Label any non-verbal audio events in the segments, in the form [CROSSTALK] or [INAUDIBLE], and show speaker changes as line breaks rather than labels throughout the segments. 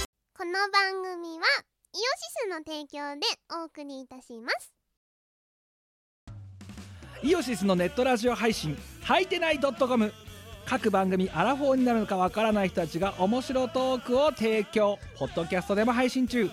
の番組はイオシスの提供でお送りいたします
イオシスのネットラジオ配信「はいてない .com」各番組アラフォーになるのかわからない人たちが面白トークを提供ポッドキャストでも配信中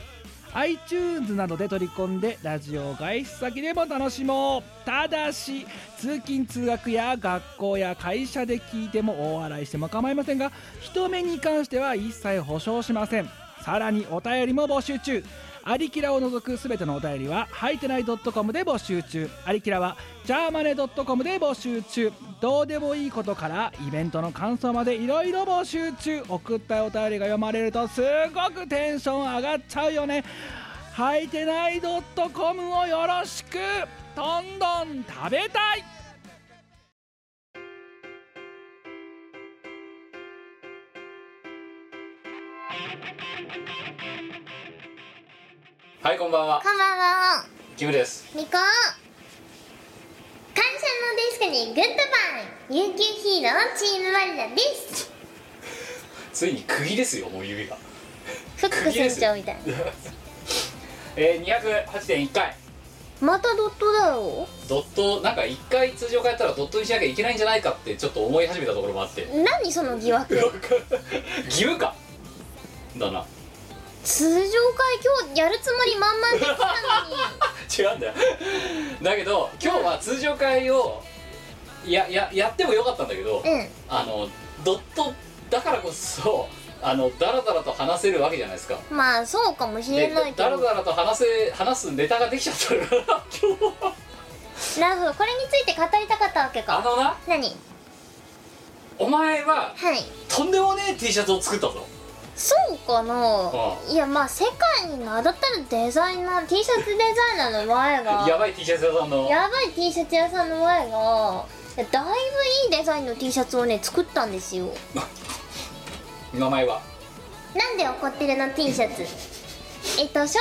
iTunes などで取り込んでラジオ外出先でも楽しもうただし通勤通学や学校や会社で聞いても大笑いしても構いませんが人目に関しては一切保証しませんさらにお便りも募集中アリキラを除くすべてのお便りは、はいてない .com で募集中。アリキラは、ジャーマネ .com で募集中。どうでもいいことから、イベントの感想までいろいろ募集中。送ったお便りが読まれると、すごくテンション上がっちゃうよね。はいてない .com をよろしくどんどん食べたい
はいこんばんは
こんばんは
キムです
みこ感謝のディスクにグッドバイ有給ヒーローチームワルダです
ついに釘ですよもう指が
フック船長みたい
えー、208.1回
なまたドットだよ
ドットなんか一回通常化やったらドットにしなきゃいけないんじゃないかってちょっと思い始めたところもあ [LAUGHS] って
何その疑惑
義務かだな
通常会今日やるつもり満々で来たのに
違うんだよだけど今日は通常会をやややってもよかったんだけど、
うん [LAUGHS]
あのドットだからこそあのダラダラと話せるわけじゃないですか
まあそうかもしれ
で
ないけ
ダラ
ど
ダラと話せ話すネタができちゃったから今日は
なるほどこれについて語りたかったわけ
あ
か
のな
何
お前は
はい
とんでもねえ T シャツを作ったぞ
そうかな
あ
いやまあ世界に名だったるデザイナー T シャツデザイナーの前が
[LAUGHS] やばい T シャツ屋さんの
やばい T シャツ屋さんの前がだいぶいいデザインの T シャツをね作ったんですよ
名前は
なんで怒ってるの T シャツえっと詳細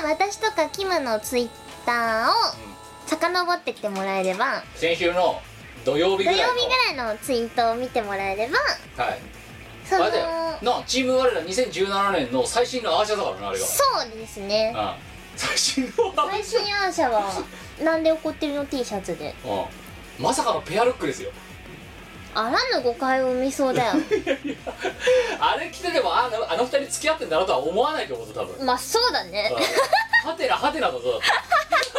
は私とかキムのツイッターを遡ってってもらえれば
先週の土曜日
土
ぐら
曜
い
日
の
ぐらいのツイートを見てもらえれば
はい
その
あれだよなチーム我ら2017年の最新のアーシャだからなあれ
そうですね
が、うん、 [LAUGHS] 最新のアー
最
シ
新アーシャはなんで怒ってるの T シャツで
ャ、うん、まさかのペアルックですよ
あらぬ誤解を生みそう [LAUGHS] だよ
あれ着てでもあのあの二人付き合ってんだなとは思わないと思うぞ多分
まあそうだね
うんはてなはてなだぞ
[LAUGHS]
だって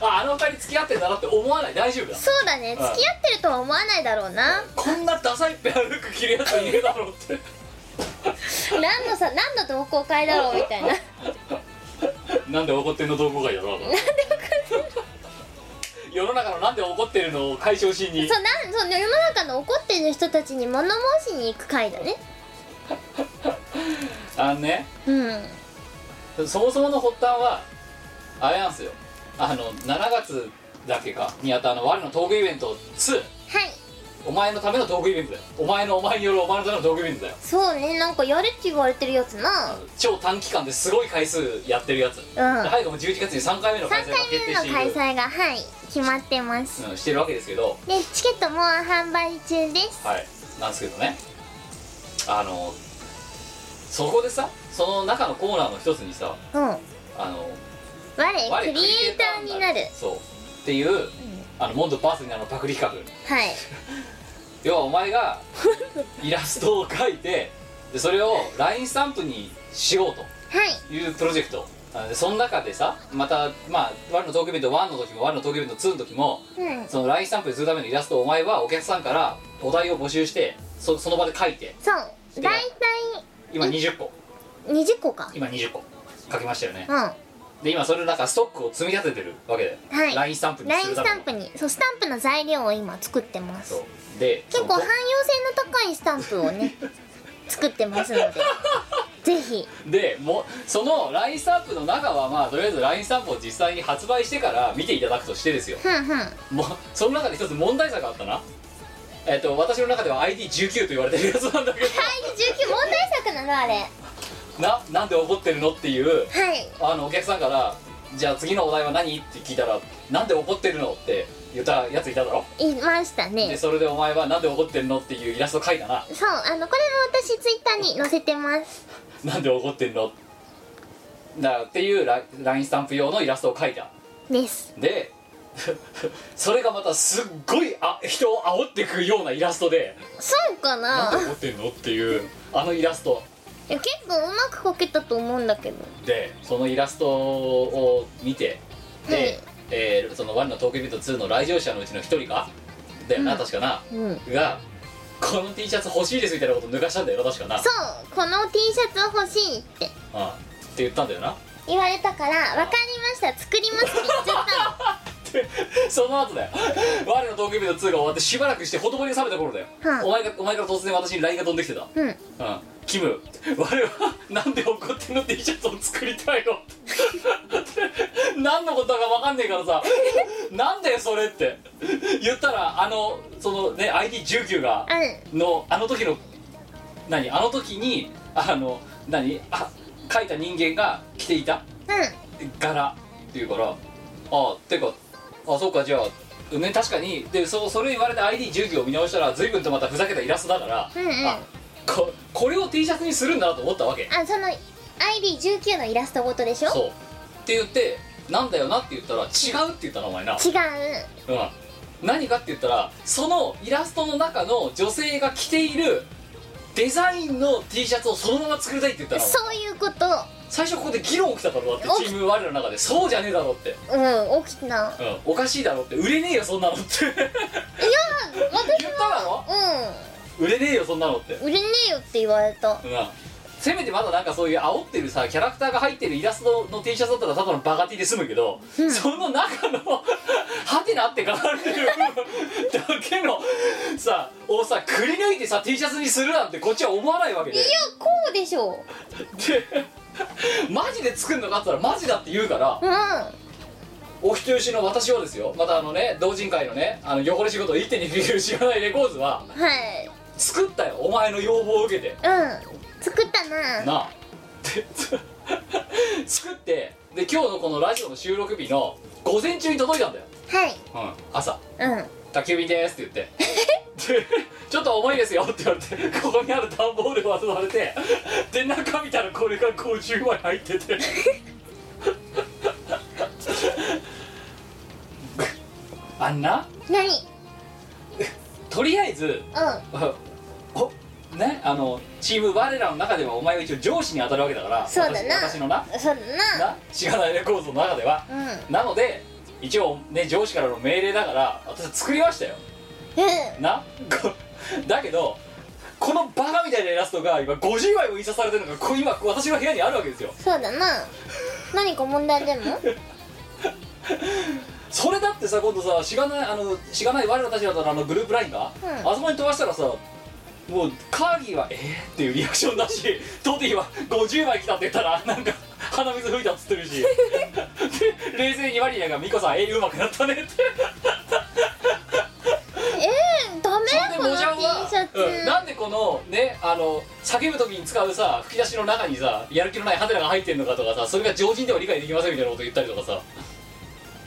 ああの二人付き合ってんだなって思わない大丈夫だ
そうだね付き合ってるとは思わないだろうな
こんなダサいペアルック着るやついねえだろうって
何のさ何の同好会だろうみたいな
[LAUGHS] なんで怒ってんの同好会だろうなん [LAUGHS] で怒ってんの世の中のなんで怒ってるのを解消しに
そうなんそう世の中の怒ってる人たちに物申しに行く会だね
あのね
うん
そもそもの発端はあれなんですよあの7月だっけかにあったあの我のトークイベント2
はい
お前のためのトークイベントだよお前のお前によるお前のためのトークイベントだよ
そうねなんかやれって言われてるやつ
あ
な
の超短期間ですごい回数やってるやつ、
うん
早くも11月に3回目の
3
開
回
催が決定して
目
い
の開
る
催がはい決まってます
うん、してるわけですけど
でチケットもう販売中です
はいなんですけどねあのそこでさその中のコーナーの一つにさ
うん我
あの
クリエイターになる
そうっていう、あのモンドバースになるのパクリ企画
はい
要はお
[LAUGHS]
前がイラストを描いてでそれを LINE スタンプにしようと
はい
いうプロジェクトあでその中でさまたまあ「ワンのトークイベント1」の時も「ワンのトークイベント2」の時も
うん
その LINE スタンプにするためのイラストをお前はお客さんからお題を募集してそその場で描いて
そう大体
今20個
20個か
今20個書きましたよね
うんは
で今それのなんかストックを積み立ててるわけだよ、
い
LINE スタンプに
LINE
す
ス
るため
タ
の
ンプにそうスタンプの材料を今作ってます
そうで
結構
そ
汎
の
用性の高いスタンプを
[LAUGHS]
ね作ってますのでぜひ
でもその LINE スタンプの中はまあとりあえず LINE スタンプを実際に発売してから見ていただくとしてですよ
ふんふん
もうその中で一つ問題作があったなえっと私の中では ID19 と言われてるやつなんだけ
はい
ど [LAUGHS]
19問題作なのあれは
ななんで怒ってるのっていう
い
あのお客さんからじゃあ次のお題は何って聞いたら「なんで怒ってるの?」って言ったやついただろ
いました
で
ね
それでお前は「なんで怒ってるの?」っていうイラスト描いたな
そうあのこれも私ツイッターに載せてます
「なんで怒ってんの?」だっていうラ LINE スタンプ用のイラストを描いた
です
で [LAUGHS] それがまたすっごいあ人を煽っていくようなイラストで
そうか
「
な
なんで怒ってんの?」っていうあのイラスト
いや結構うまくこけたと思うんだけど
でそのイラストを見てで、
はい
えーその「ワニの東京ビート2」の来場者のうちの一人がだよな、確かな
うん
が「この T シャツ欲しいです」みたいなこと抜かしたんだよな確かな
そうこの T シャツ欲しいって
うんって言ったんだよな
言われたから「分かりました作ります」って言っちゃったの
で [LAUGHS] その後だよ「我の東京ビート2」が終わってしばらくしてほとぼりに冷めた頃だよ、
はい
お前がお前から突然私に LINE が飛んできてた
うんい
うんキム我は [LAUGHS] なんで怒ってんの T シャツを作りたいの [LAUGHS] 何のことだか分かんねえからさなんでそれって言ったらあのそのね ID19 がのあの時の何あの時にあの何あ書いた人間が着ていた
う
柄っていうからああてかあそうかじゃあね確かにでそうそれ言われて ID19 を見直したら随分とまたふざけたイラストだから、
うんうん
あここれを T シャツにするんだなと思ったわけ
んあその ID19 のイラストごとでしょ
そうって言ってなんだよなって言ったら違うって言ったのお前な、
違う
うん、何かって言ったらそのイラストの中の女性が着ているデザインの T シャツをそのまま作りたいって言ったの
そういうこと
最初ここで議論起きただろうだ
起
って
き
チーム我の中でそうじゃねえだろうって、
うん起きたい
うん、おかしいだろうって売れねえよそんなのって
や私
言っただろ
う
売れねえよそんなのって
ん売れねえよって言われた
うんせめてまだなんかそういう煽ってるさキャラクターが入ってるイラストの T シャツだったらただのバカ T で済むけど、その中のハテナって書かれてるだけのさをさくり抜いてさ T シャツにするなんてこっちは思わないわけで
いやこうでしょ
でマジで作るのかって言ったらマジだって言うから
ううん
お人よしの私はですよまたあのね同人会のねあの汚れ仕事を1.2知らないレコーズは
はい
作ったよお前の要望を受けて
うん作ったな
なあでつ [LAUGHS] 作ってで今日のこのラジオの収録日の午前中に届いたんだよ、
はい
うん、朝
うん
「宅急便です」って言ってで「ちょっと重いですよ」って言われてここにある段ボールを渡されてで中見たらこれが50枚入って [LAUGHS] てあんな
何
とりあえず
うん
あお [LAUGHS] ねあのチーム我らの中ではお前は一応上司に当たるわけだから
そうだな
私私のな
そうだな
なしがないレコードの中では
うんうん
なので一応ね上司からの命令だから私は作りましたよなこだけどこのバカみたいなイラストが今50枚も印刷されてるのがこ今私の部屋にあるわけですよ
そうだな何か問題で
[LAUGHS]
も
それだってさ今度さしがないあのしがない我らたちだったらあのグループラインが、
うん
あそこに飛ばしたらさもうカーギーは「えー?」っていうリアクションだし [LAUGHS] トディは50枚来たって言ったらなんか鼻水吹いたっつってるし
[LAUGHS]
で冷静にマリアが「ミコさん絵うまくなった
[LAUGHS]
ね」って
えー、ダメ
それで
この
モ
T
ジャンは
シャツ、
うんなんでこのねあの叫ぶ時に使うさ吹き出しの中にさやる気のないハテナが入ってんのかとかさそれが常人では理解できませんみたいなこと言ったりとかさ、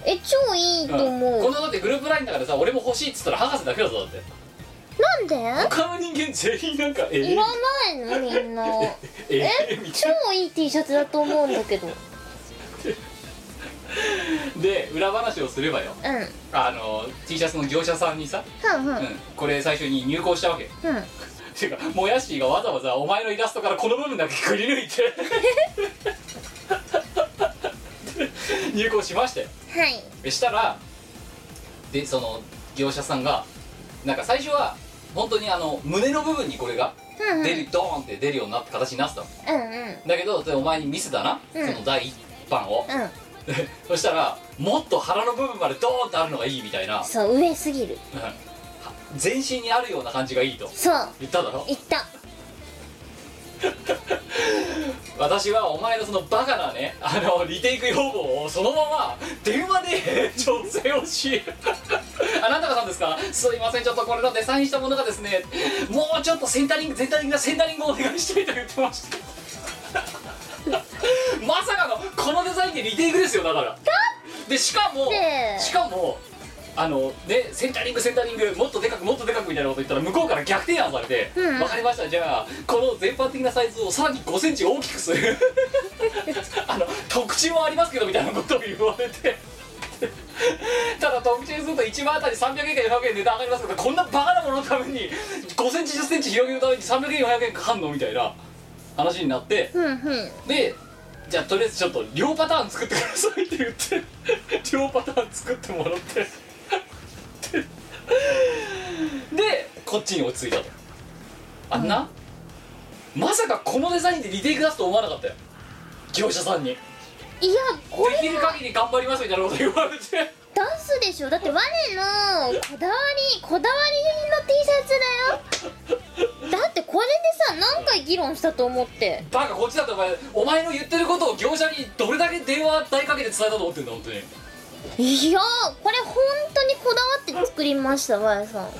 え超いいと思う、
このだってグループラインだからさ俺も欲しいっつったら博士だけだぞだって
なんで
他の人間全員なんかえ
いらないのみんな
ええ
え
みたい
超いい T シャツだと思うんだけどうん
なで裏話をすればよ
はん
あの T シャツの業者さんにさ、
はん
うん、これ最初に入稿したわけ
うん
ていうかもやしーがわざわざお前のイラストからこの部分だけくり抜いて [LAUGHS] 入稿しましたよ
はい
でしたらでその業者さんがなんか最初は本当にあの胸の部分にこれが
うんうん
出るドーンって出るようになった形になってた
う
の
んうん
だけどでお前に見せたな、
うん
その第一版を、
うん
で [LAUGHS] そしたらもっと腹の部分までドーンってあるのがいいみたいな
そう上すぎる
うんは全身にあるような感じがいいと
そう
言っただろ
いった
私はお前のそのバカなねあのリテイク要望をそのまま電話で [LAUGHS] 調整をし [LAUGHS] あなたがさんですかすいませんちょっとこれのデザインしたものがですねもうちょっとセンタリングセン [LAUGHS] タリングだセンタリングをお願いしたいと言ってましたまさかのここのデザインってリテイクですよだからでしかも
て
しかもあのねセンタリングセンタリングもっとでかくもっとでかくみたいなこと言ったら向こうから逆提案されて「
う
わ
ん
かりましたじゃあこの全般的なサイズをさらに5センチ大きくする [LAUGHS] あの特注もありますけど」みたいなことを言われて。 [LAUGHS] ただ特注すると1枚あたり300円か400円値段上がりますけどこんなバカなもののために5センチ1 0センチ広げるために300円400円かかんのみたいな話になって
ふんふん
でじゃあとりあえずちょっと両パターン作ってくださいって言って両パターン作ってもらってでこっちに落ち着いたとあんな、まさかこのデザインでリテイク出すと思わなかったよ業者さんに
いやこれ
できる限り頑張りますみたいなこと言われて
ダンスでしょだって我のこだわりこだわりの T シャツだよだってこれでさ何回議論したと思って
バカこっちだってお前お前の言ってることを業者にどれだけ電話代かけて伝えたと思ってんだ本当に
いやーこれ本当にこだわって作りましたわやさん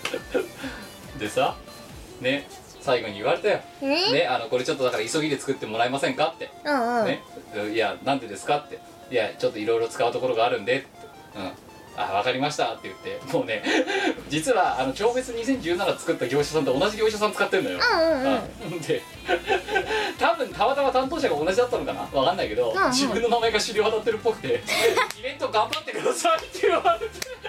[LAUGHS] でさね最後に言われたよ
え
ねあのこれちょっとだから急ぎで作ってもらえませんかって
うんうん、
ね、いやなんでですかっていやちょっといろいろ使うところがあるんでってうんあわかりましたって言ってもうね [LAUGHS] 実はあの超別2017作った業者さんと同じ業者さん使ってるのよ、
うんうんうん
うんで [LAUGHS] 多分たまたま担当者が同じだったのかなわかんないけど、
うんうん
自分の名前が知り渡ってるっぽくて [LAUGHS] イベント頑張ってくださいって言われて [LAUGHS]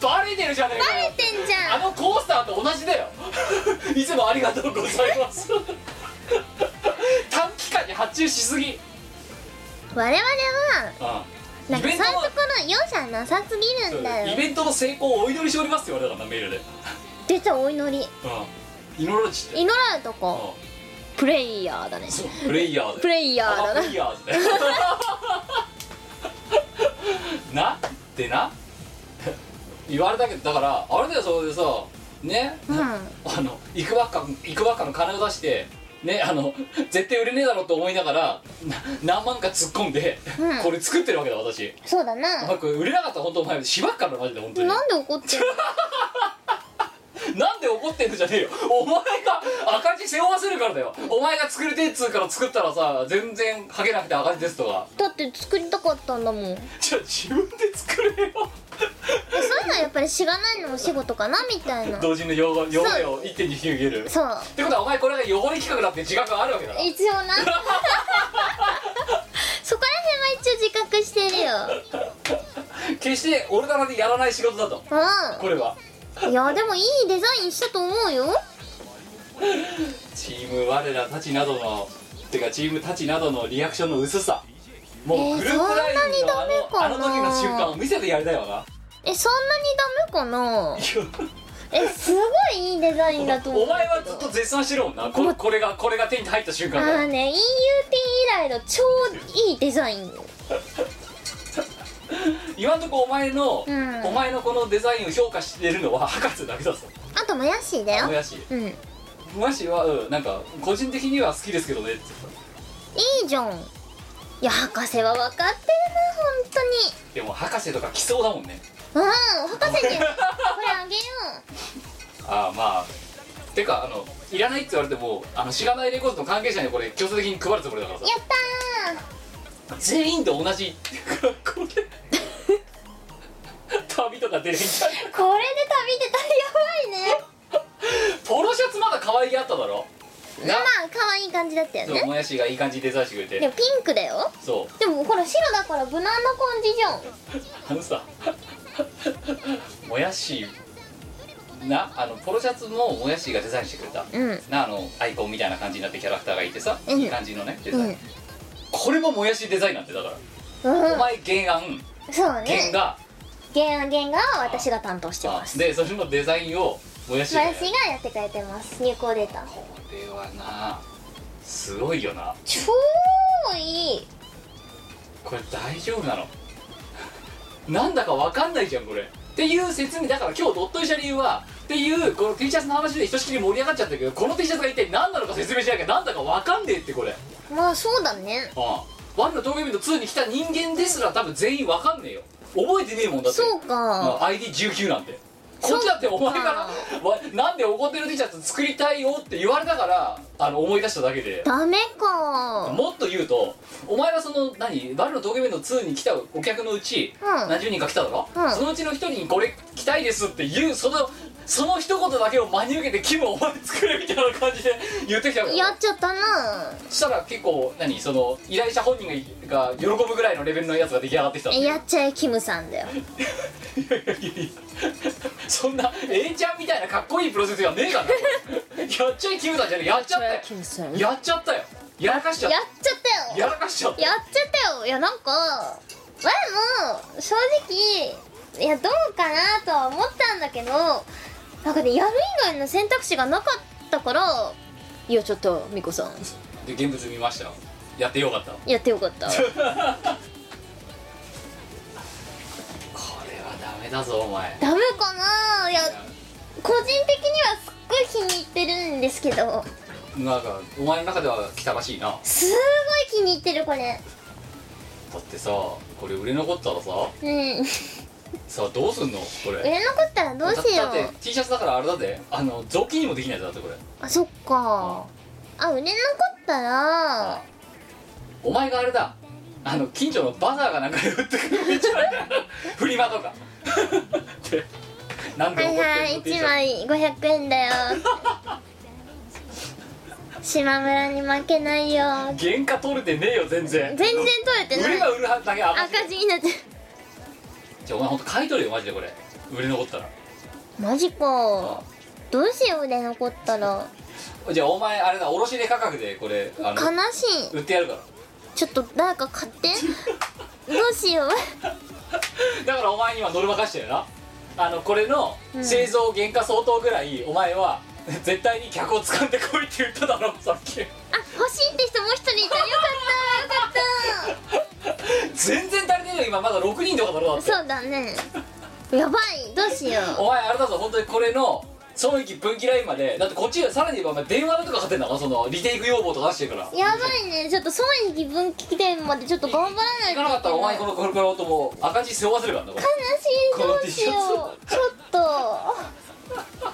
バレてるじゃねえか
バ
よ
レてんじゃ
あ
ん
のコースターと同じだよ [LAUGHS] いつもありがとうございます短期間に発注しすぎ
我々は
うん
なん
イ
かそうい
ベン
う
ト
と
の
ころ容赦なさすぎるんだ
イ
よ
ベントの成功をお祈りしておりますって言われたからなメールで、
出たお祈り
うん、祈ろうちって、
祈らんと
うん
こプレイヤーだね
そうプレイヤーで
プレイヤーだな
プレイヤーで [LAUGHS] なでな言われたけどだからあれだよそれでさね、
うん
あの行くばっか行くばっかの金を出してねあの [LAUGHS] 絶対売れねえだろうと思いながらな何万か突っ込んで、
うん
これ作ってるわけだ私
そうだ
お
な
前これ売れなかったら本当お前しばっからマジで本当に
なんで怒ってる
なんで怒ってんのじゃねえよお前が赤字背負わせるからだよお前が作りてえっつうから作ったらさ全然はけなくて赤字ですとか
だって作りたかったんだもんそういう
じゃあ自分で作れよ
のはやっぱり知らないのも仕事かなみたいな
同人の汚れ汚れを一手に引き受けるっ
そう
てことはお前これが汚れ企画だって自覚があるわけだな
一応
[LAUGHS]
なそこら辺は一応自覚してるよ
決して俺だなんてやらない仕事だとこれは
うんいやでもいいデザインしたと思うよ
チーム我らたちなどのてかチームたちなどのリアクションの薄さもう
えー
グループラインの
そん
あの,、
な
あ
にダメかな
の時の瞬間を見せてやりたいわな
えそんなにダメかないえすごいいいデザインだと
や
思う
お前はずっと絶賛してるもんなここれがこれが手に入った瞬
あ
間
あ
だ
ーね EUP 以来の超いいデザイン
今んとこお前の、
うん
お前のこのデザインを評価してるのは博士だけだぞ
あともやしだよ
もやし
うんい
もやしはうんなんか個人的には好きですけどねって
いじゃんいや博士は分かってるな本当に
でも博士とか来そうだもんね
うん博士にこれあげよ
ああまあてかあのいらないって言われてもあのしがないレコードの関係者にこれ強制的に配るつもりだからさ
うやったー
全員と同じっていうかこれ旅とか出れんじゃん
これで旅出たらやばいね
ポロシャツまだ可愛げあっただろ
ま
な
あ可愛い感じだったよ
そう
ね
もやしがいい感じにデザインしてくれ
で
て
もピンクだよ
そ
でもほら白だから無難な感じじゃん
うあのさ [LAUGHS] もやしなあのポロシャツももやしがデザインしてくれた
うん
なあのアイコンみたいな感じになってキャラクターがいてさ、
うん
いい感じのねデザイン、
うん
これももやしデザインなんてだから、
う
お
ん、
前原案
そうね
原画、
原案原画は私が担当してます
でそれのデザインをもやしがやる
私がやってくれてます入稿データ
これはなすごいよな
超いい
これ大丈夫なの [LAUGHS] なんだかわかんないじゃんこれっていう説明だから今日ドットイした理由はっていうこの T シャツの話でひとしきり盛り上がっちゃったけどこの T シャツが一体何なのか説明しなきゃなんだかわかんねえってこれ
まあそうだね
うんワンの峠人2に来た人間ですら多分全員わかんねえよ覚えてねえもんだって
そうか
うん ID19 なんてこっちだってお前からわなんで怒ってる T シャツ作りたいよって言われたからあの思い出しただけで
ダメか
もっと言うとお前はその何バルの峠面の2に来たお客のうち、
うん
何十人か来ただろ、
うん
そのうちの一人にこれ着たいですって言うそのその一言だけを真に受けて「キムお前作れ」みたいな感じで [LAUGHS] 言ってきたから
やっちゃったな
そしたら結構何その依頼者本人がが喜ぶぐらいのレベルのやつが出来上がってきたんだよ
やっちゃえキムさんだよ
いやいやいや [LAUGHS] そんな A ちゃんみたいなかっこいいプロセスはねえからなこ
[LAUGHS]
れやっちゃいキムタじゃねえやっちゃったよ
キムさんやっちゃ
やっちゃったよやらかしち
っ
ゃったた
よ
やらかしちゃった
やっちゃったよいやなんか前も正直いやどうかなとは思ったんだけどなんかねやる以外の選択肢がなかったからいやちょっとミコさん
で現物見ましたよやってよかったこ
やってよか [LAUGHS] った
れはダメだぞお前
ダメかないや個人的にはすっごい気に入ってるんですけど
なんかお前の中では来たらしいなだ
すごい気に入ってるこれ
ってさこれ売れ残ったらさ
うん売
さどうすんのこれ
れ残ったらどうしよ
だだって
う
T シャツだからあれだってあの雑巾にもできないやつだってこれ
あそっかあ売れ残ったら
お前があれだあの近所のバザーがなんかで売ってくるみ [LAUGHS] たいなフリマとか [LAUGHS] でなん
は
で
い
怒って
は
るの
い
って言
一
うじゃん
枚500円だよ
[LAUGHS]
島村に負けないよ
原価取れてねえよ全
全
然
然取れて
売
な
れ
い
ば売るはだけ赤字
赤字になってる
じゃあお前ほんと買い取れよマジでこれ売れ残ったら
マジかどうしようで残ったら
じゃあお前あれだ卸値価格でこれあ
悲
の
しい
売ってやるから
ちょっと誰か買
[LAUGHS]
ってどうしよう
だからお前にはノルマ化してるなあのこれの製造原価相当ぐらい、お前は絶対に客を掴んでこいって言っただろさっき
あ欲しいって人もう一人いたよかったよかっ
全然足りねえよ今まだ6人とかだろだったて
そうだねやばいどうしよう
お前あれだぞ本当にこれの損益分岐ラインまでだってこっちがさらに言えばお前電話だとかかってんだからそのリテイク要望とか出してるから
やばいねちょっと損益分岐点までちょっと頑張らない
行
とい
かなかったらお前こ
けない
のこれからともう赤字背負わせるからなこれ
悲しいどうしようちょっと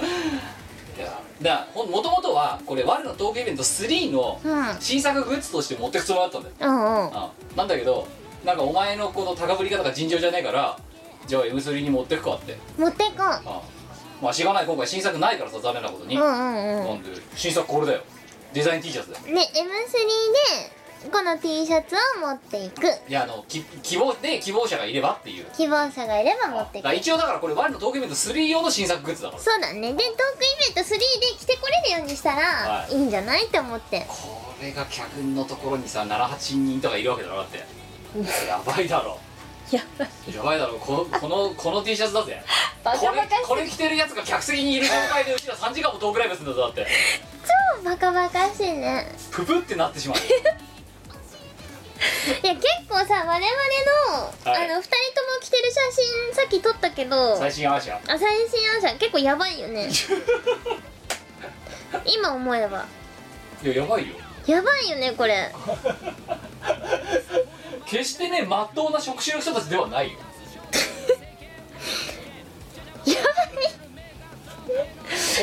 いやだからほんもともとはこれ「我のトークイベント3」の
うん
新作グッズとして持ってくつもりだったんだよ、
うんうん
うんなんだけどなんかお前のこの高ぶり方が尋常じゃないからじゃあ M3 に持ってくかって、うん
持ってこう
まあしがない今回新作ないからさ残念なことに、
うんうん
な
うん
で新作これだよデザイン T シャツだよ
んで M3 でこの T シャツを持っていく
いやあのき希望で希望者がいればっていう
希望者がいれば持って
だ
い
か
く
ら一応だからこれ我のトークイベント3用の新作グッズだから
そうだねでトークイベント3で着てこれるようにしたら
はい
いいんじゃないって思って
これが客のところにさ78人とかいるわけだろだってやばいだろ
やばい
やばいだろこのこのこの T シャツだぜ
バ
こ
カ
れ
バカし
これ着てるやつが客席にいる状態でうちら3時間もトークライブするんだぞだって
超バカバカしいね
ププってなってしまう
いや結構さ我々の、
はい
あの2人とも着てる写真さっき撮ったけど
最新話や
あ最新案者結構やばいよね
[LAUGHS]
今思えば
いややばいよ
やばいよねこれ
決してねまっとうな職種の人たちではないよ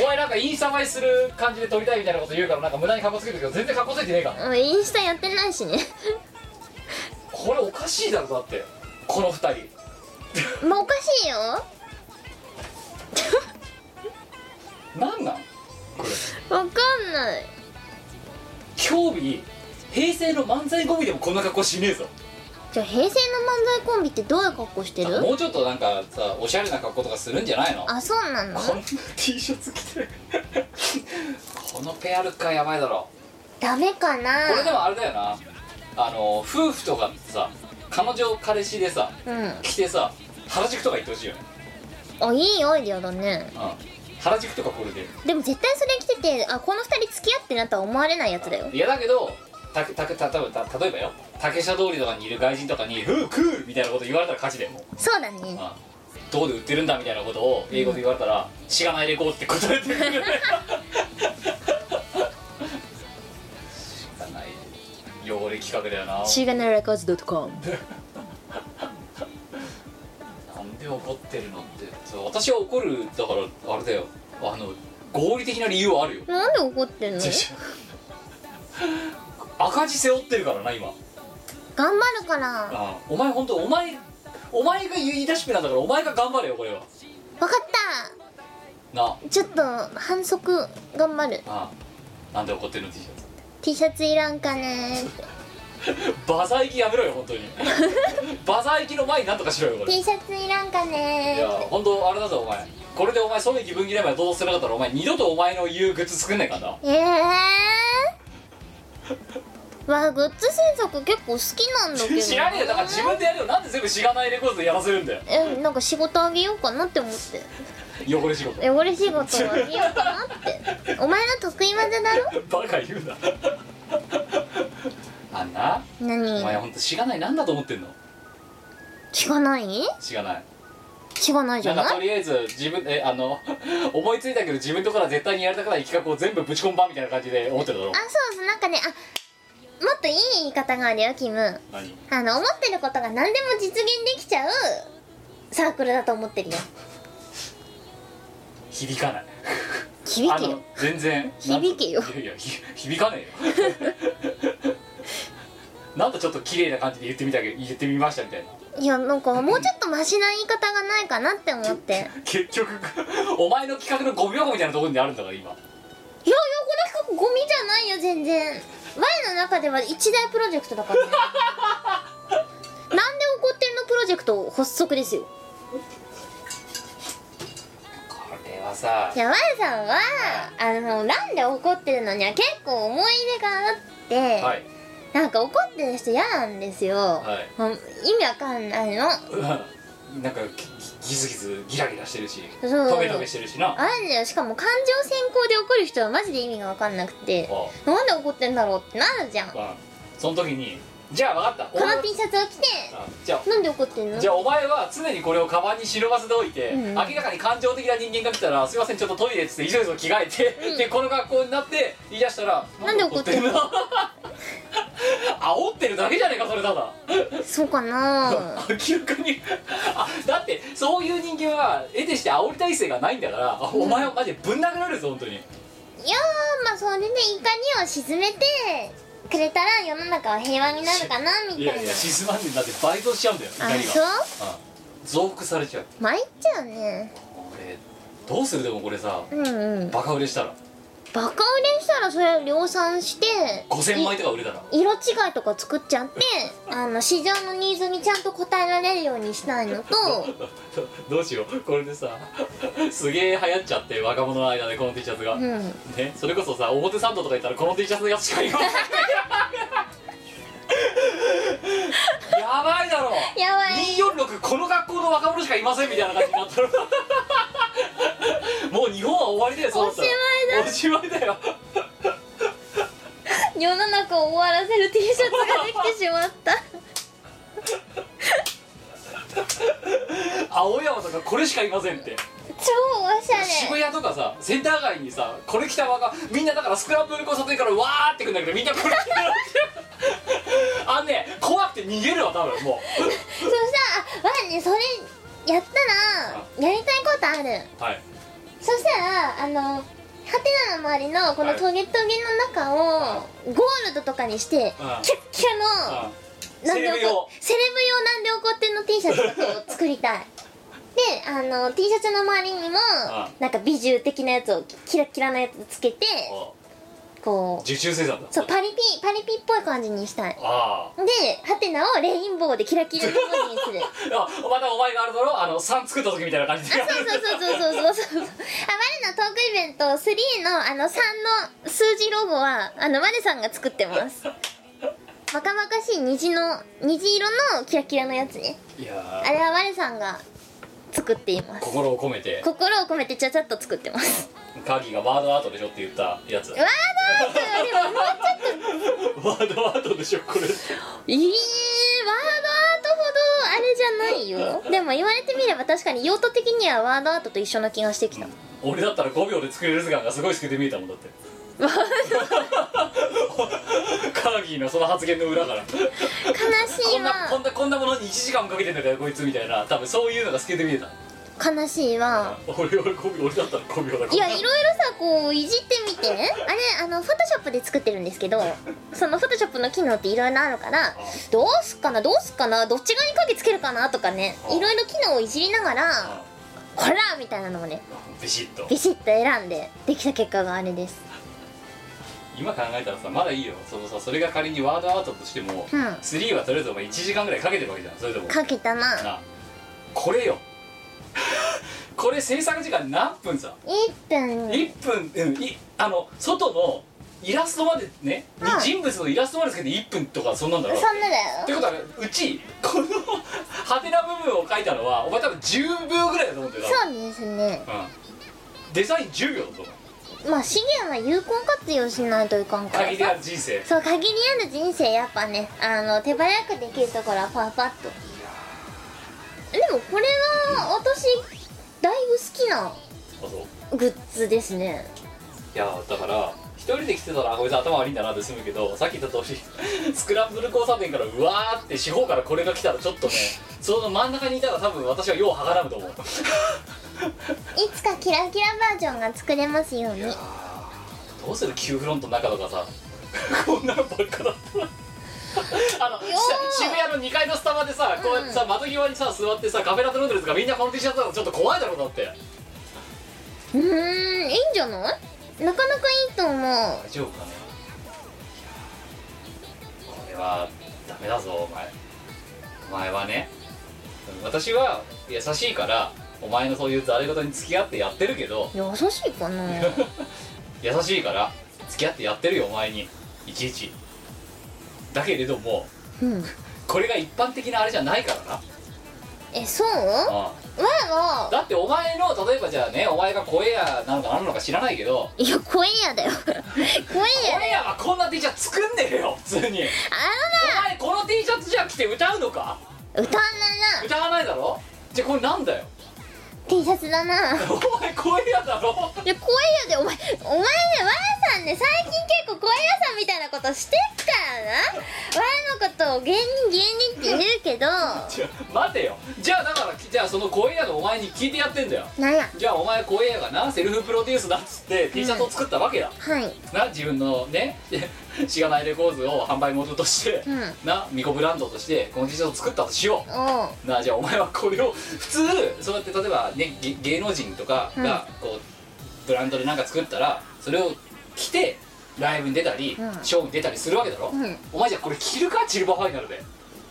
お前なんかインスタ映えする感じで撮りたいみたいなこと言うからなんか無駄にカッコつけてるけど全然カッコついてねえから
うんインスタやってないしね [LAUGHS]
これおかしいだろだってこの2人
まあおかしいよ
なんなんこれ
わかんない
今日日平成の漫才コンビでもこんな格好しねえぞ
じゃあ平成の漫才コンビってどういう格好してる
もうちょっとなんかさおしゃれな格好とかするんじゃないの
あそうなの
こんな T シャツ着てこのペアルックはやばいだろ
ダメかな
これでもあれだよなあの夫婦とかってさ彼女彼氏でさ
う
着てさ原宿とか行ってほしいよね、
んあいいアイディアだね
うん、原宿とかこれで
でも絶対それ着ててあこの2人付き合ってなとは思われないやつだよ
いやだけどたたたたた例えばよ竹下通りとかにいる外人とかに「フークール!」みたいなこと言われたら勝ちだよもう
そうだね
あどこで売ってるんだみたいなことを英語で言われたら「知らないレコード」って答えてくる知 [LAUGHS] らない汚れ企画だよな
シーガナレコーズ .com
なんでで怒ってるのってそう私は怒るだからあれだよあの合理的な理由はあるよ
なんで怒ってんの
赤字背負ってるからな今
頑張るからわか
あお前本当お前お前が言い出しっぺなんだからお前が頑張れよこれは
っ
なあ
たちょっと反則頑張る
あなんで怒ってるの T シャツ
T シャツいらんかねー
バザ行きやめろよ本当に [LAUGHS] バザ行きの前になんとかしろよこれ
T シャツいらんか
いや
ね
本当あれだぞお前これでお前そういう気分切れまでどうせなかったらお前二度とお前の言うグッズ作んないからな
ーえーわあグッズ制作結構好きなんだけどな
[LAUGHS] 知らねえよだから自分でやるよなんで全部しがないレコードでやらせるんだよ
えなんか仕事あげようかなって思って
汚れ仕事
え俺仕事あげようかなってお前の得意技だろ
バカ言うな [LAUGHS] あんなお前
何
本当しがないなんだと思ってんの
知らない
しがない
知らないじ
な
ゃ
んか
な
と
い
りあえず自分えあの [LAUGHS] 思いついたけど自分とこから絶対にやりたくない企画を全部ぶち込んばみたいな感じで思ってるだろ
あそうそうなんかねあもっといい言い方があるよキム
何
あの思ってることが何でも実現できちゃうサークルだと思ってるよ
響かない
響
あ
けよ
の全然
響けよ
なんといやいやひ響かねえよ [LAUGHS] なんとちょっと綺麗な感じで言ってみたけど言ってみましたみたいない
やなんかもうちょっとマシな言い方がないかなって思っていやいや
結局お前の企画の5秒後みたいなところにあるんだから今
これゴミじゃないよ全然前の中では一大プロジェクトだから、ね、なんで怒ってるのプロジェクト発足ですよ
これはさ
じゃあワイさんはあのなんで怒ってるのには結構思い出があって、
はい [LAUGHS]
なんか怒ってる人嫌なんですよ、
い
もう意味わかんないの
うんなんかギギズギズギラギラしてるし
そう
トゲトゲしてるしなあ
あれだよしかも感情先行で怒る人はマジで意味がわかんなくて
あ
なんで怒ってんだろうってなるじゃんこ
まあその時にじゃあ分かった
の
俺
T シャツを着て
あじゃあ
なんで怒ってんの
じゃあお前は常にこれをカバンに忍ばせておいて、
うん
明らかに感情的な人間が来たら「すいませんちょっとトイレ」っつって急いで着替えて、でこの格好になって言い出したら「
なんで怒ってんの
なんで怒ってんの [LAUGHS] 煽ってるだけじゃねえかそれただ
そう
[LAUGHS]
かな
明らかにあだってそういう人間は得てして煽り体制がないんだからお前はマジでぶん殴られるぞ本当に
いやーまあそれで怒りを沈めてくれたら世の中は平和になるかなみた
い
いな
やいや沈まんねんだって倍増しちゃうんだよ怒
あ
り
そう
がうん増幅されちゃう
参っちゃうね
これどうするでもこれさ
うんうん
バカ売れしたら
バカ売れしたらそれを量産して
5000枚とか売れたら
い色違いとか作っちゃってあの市場のニーズにちゃんと応えられるようにしたいのと
[LAUGHS] どうしようこれでさすげえ流行っちゃって若者の間でこの T シャツが、
う
ね
ん
それこそさ表参道とか行ったらこの T シャツのやつしかいないやばいだろ
やばい
246この学校の若者しかいませんみたいな感じになったらもう日本は終わりだよそうなったらおしまいだよ
世の中を終わらせる T シャツができてしまった
青山とかこれしかいませんって
[LAUGHS] 超おしゃ
渋
れ
谷とかさセンター街にさこれ来た若みんなだからスクランブル交差点からわーってくんだけどみんなこれ来てるあんね怖くて逃げるわ多分も
そしたらあわねそれやったらやりたいことある
うはい
そしたらあのハテナの周りのこのトゲトゲの中をゴールドとかにしてキャ
あ
ッキャの
あ
な
セ
んで
レ
怒
ブ用
セレブ用なんで怒ってんの T シャツとかを作りたいであの T シャツの周りにも
あ
なんか美獣的なやつをキラキラなやつつけて
あ
こう
受注生産だ
そうパリピパリピっぽい感じにしたい
あ
でハテナをレインボーでキラキラの文字にす
[LAUGHS]
る
ああまたお前があるだろあの3作った時みたいな感じで
あそうそうそうそうそうそうそうあ我のトークイベント3のあの3の数字ロゴはあの我さんが作ってますバカバカしい虹の虹色のキラキラのやつね
[LAUGHS] いや
あ
ー
れは我さんが作っています
心を込めて
心を込めてちゃちゃっと作ってます
鍵がワードアートでしょって言ったやつ
ワードアートよりももうちょっ
ワードアートでしょこれ
といいワードアートほどあれじゃないよでも言われてみれば確かに用途的にはワードアートと一緒な気がしてきた
俺だったら5秒で作れる図鑑がすごい透けて見えたもんだってカーギーのその発言の裏から
悲し
こ
い
んなこん
は
なこんなものに1時間かけてんだからこいつみたいな多分そういうのが透けて見えた
悲しいは
俺俺コビ俺だったらコビオだ
いやいろいろさこういじってみてあれあのフォトショップで作ってるんですけどそのフォトショップの機能っていろいろあるからどうすっかなどうすっかなどっち側に影つけるかなとかねいろいろ機能をいじりながらこらみたいなのをね
ビシッと
ビシッと選んでできた結果があれです
今考えたらさまだいいよそのさそれが仮にワードアートとしても、
うん
3はとりあえずお前1時間ぐらいかけてるわけじゃんそれでも
かけたな
なこれよ [LAUGHS] これ制作時間何分さ
1分
1分、うん、いあの外のイラストまでね、に
うん
人物のイラストまでつけて1分とかそんなんだろ
そんなだ
って
よ
ことはうちこのハテナ部分を書いたのはお前多分10秒ぐらいだと思うんだよ
そうですね
多分うん、デザイン10秒だと思う
まあ資源は有効活用しないといかんから
限りあ
さ
る人生いや
そう限りある人生やっぱねあの手早くできるところはパーパッとでもこれは私だいぶ好きな
ーあそう
グッズですね
いやだから一人で来てたらあこいつ頭悪いんだなって済むけどさっき言った通り [LAUGHS] スクランブル交差点からうわーって四方からこれが来たらちょっとねその真ん中にいたら多分私はようはがらむと思う
いつかキラキラバージョンが作れますように
どうする Q フロントの中とかさ [LAUGHS] こんなのばっかだったら [LAUGHS] あの
よー
し渋谷の2階のスタバでさこうやってさ窓際にさ座ってさカメラと飲んでるとかみんなこの T シャツだとちょっと怖いだろうだって
うーんいいんじゃないなかなかいいと思
大丈夫かねこれはダメだぞお前お前はね私は優しいからお前のそういうざれ事に付き合ってやってるけど
う優しいか [LAUGHS] な
優しいから付き合ってやってるよお前にいちいちだけれども
うん
これが一般的なあれじゃないからな
えそうわ
ああ
は
だってお前の例えばじゃあねお前が声やなのか何なのか知らないけど
いや声やだよ [LAUGHS] 声や
声やはこんな T シャツ作んねえよ普通に
あ
お前この T シャツじゃ着て歌うのか
のな歌わないな
歌わないだろじゃあこれなんだよ
T シャツだない
お前声やだろ
や声やでお前お前ねわらさんね最近結構声やさんみたいなことしてっからなわらのことを芸人芸人って言うけど
違う待てよじゃあだからじゃあその声やがお前に聞いてやってんだよ
なんや
じゃあお前声やがなセルフプロデュースだっつって T シャツを作ったわけだ、
はい
な自分のね [LAUGHS] しがないレコーズを販売元として、
うん
なミコブランドとしてこの T シャツを作ったとしよう
おう
なあじゃあお前はこれを普通そうやって例えばねげ芸能人とかがこうブランドでなんか作ったらそれを着てライブに出たり、
うん
ショーに出たりするわけだろ、
うん
お前じゃあこれ着るかチルバファイナルで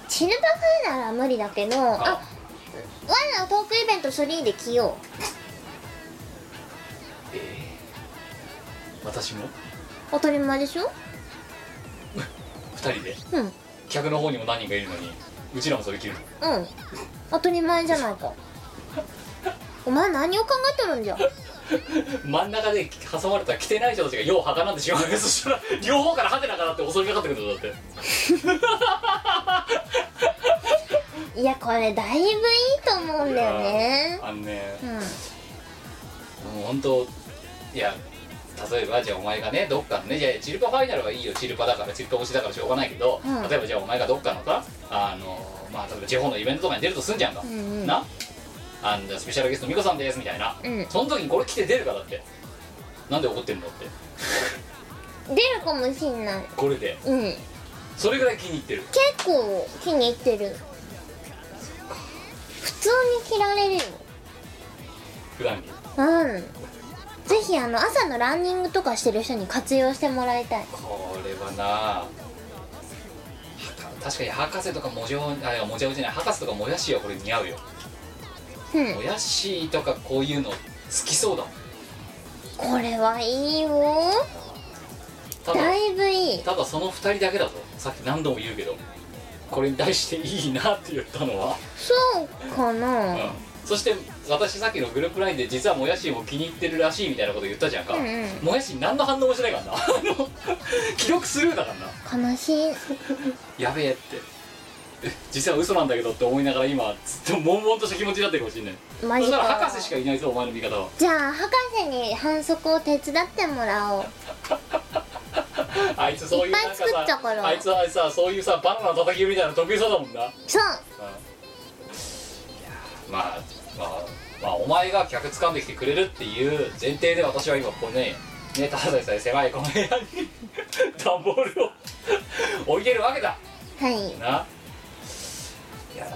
チルバファイナルは無理だけどあわ
あ
らのトークイベント3で着よ
えー私も
う当たり前でしょ
2人で
うんうん
客の方にも何人かいるのにうちらもそれ着るの
当たり前じゃないかお前何を考えてるんじゃ
真ん中で挟まれたら着てない人たちがようはかなんでしまうそしたら両方からハテナかなって襲いかかってくるんだって
いやこれだいぶいいと思うんだよね
あのね
うん
もう本当いや例えばじゃあお前がねどっかのねじゃあチルパファイナルはいいよチルパだからチルパ推しだからしょうがないけど、
うん
例えばじゃあお前がどっかのさあのまあ例えば地方のイベントとかに出るとすんじゃんか、
うんうん
なあのじゃあスペシャルゲストミコさんですみたいな、
うん
その時にこれ着て出るかだってなんで怒ってんのって
出るかもしんない
これで
うん結
それぐらい気に入ってる
構気に入ってる普通に着られるよ
普段に
うんぜひあの朝のランニングとかしてる人に活用してもらいたい
これはなあ確かに博士とかもじゃおあいやもじゃおじゃない博士とかもやしはこれ似合うよ
うん
もやしとかこういうの好きそうだもん
これはいいよ
ただ
だいぶいい
ただその2人だけだぞさっき何度も言うけどこれに対していいなって言ったのは、
そうか
う、
なん
そして私さっきのグループラインで実はもやしも気に入ってるらしいみたいなこと言ったじゃんか、
うんうん
もやし何の反応もしないからなあの [LAUGHS] 記録スルーだからな
悲しい
やべえってえ実は嘘なんだけどって思いながら今ずっと悶々とした気持ちになってるかもしれない
マジ
そしたら
か
博士しかいないぞお前の味方は
じゃあ博士に反則を手伝ってもらおう
あいつそういうなんかさ
いっぱい作ったから
あいつはさそういうさバナナの叩き売りみたいなの得意そうだもんな
そう
まあまあまあお前が客掴んできてくれるっていう前提で私は今ここねねただでさえ狭いこの部屋に [LAUGHS] 段ボールを置いてるわけだ
はい
ないや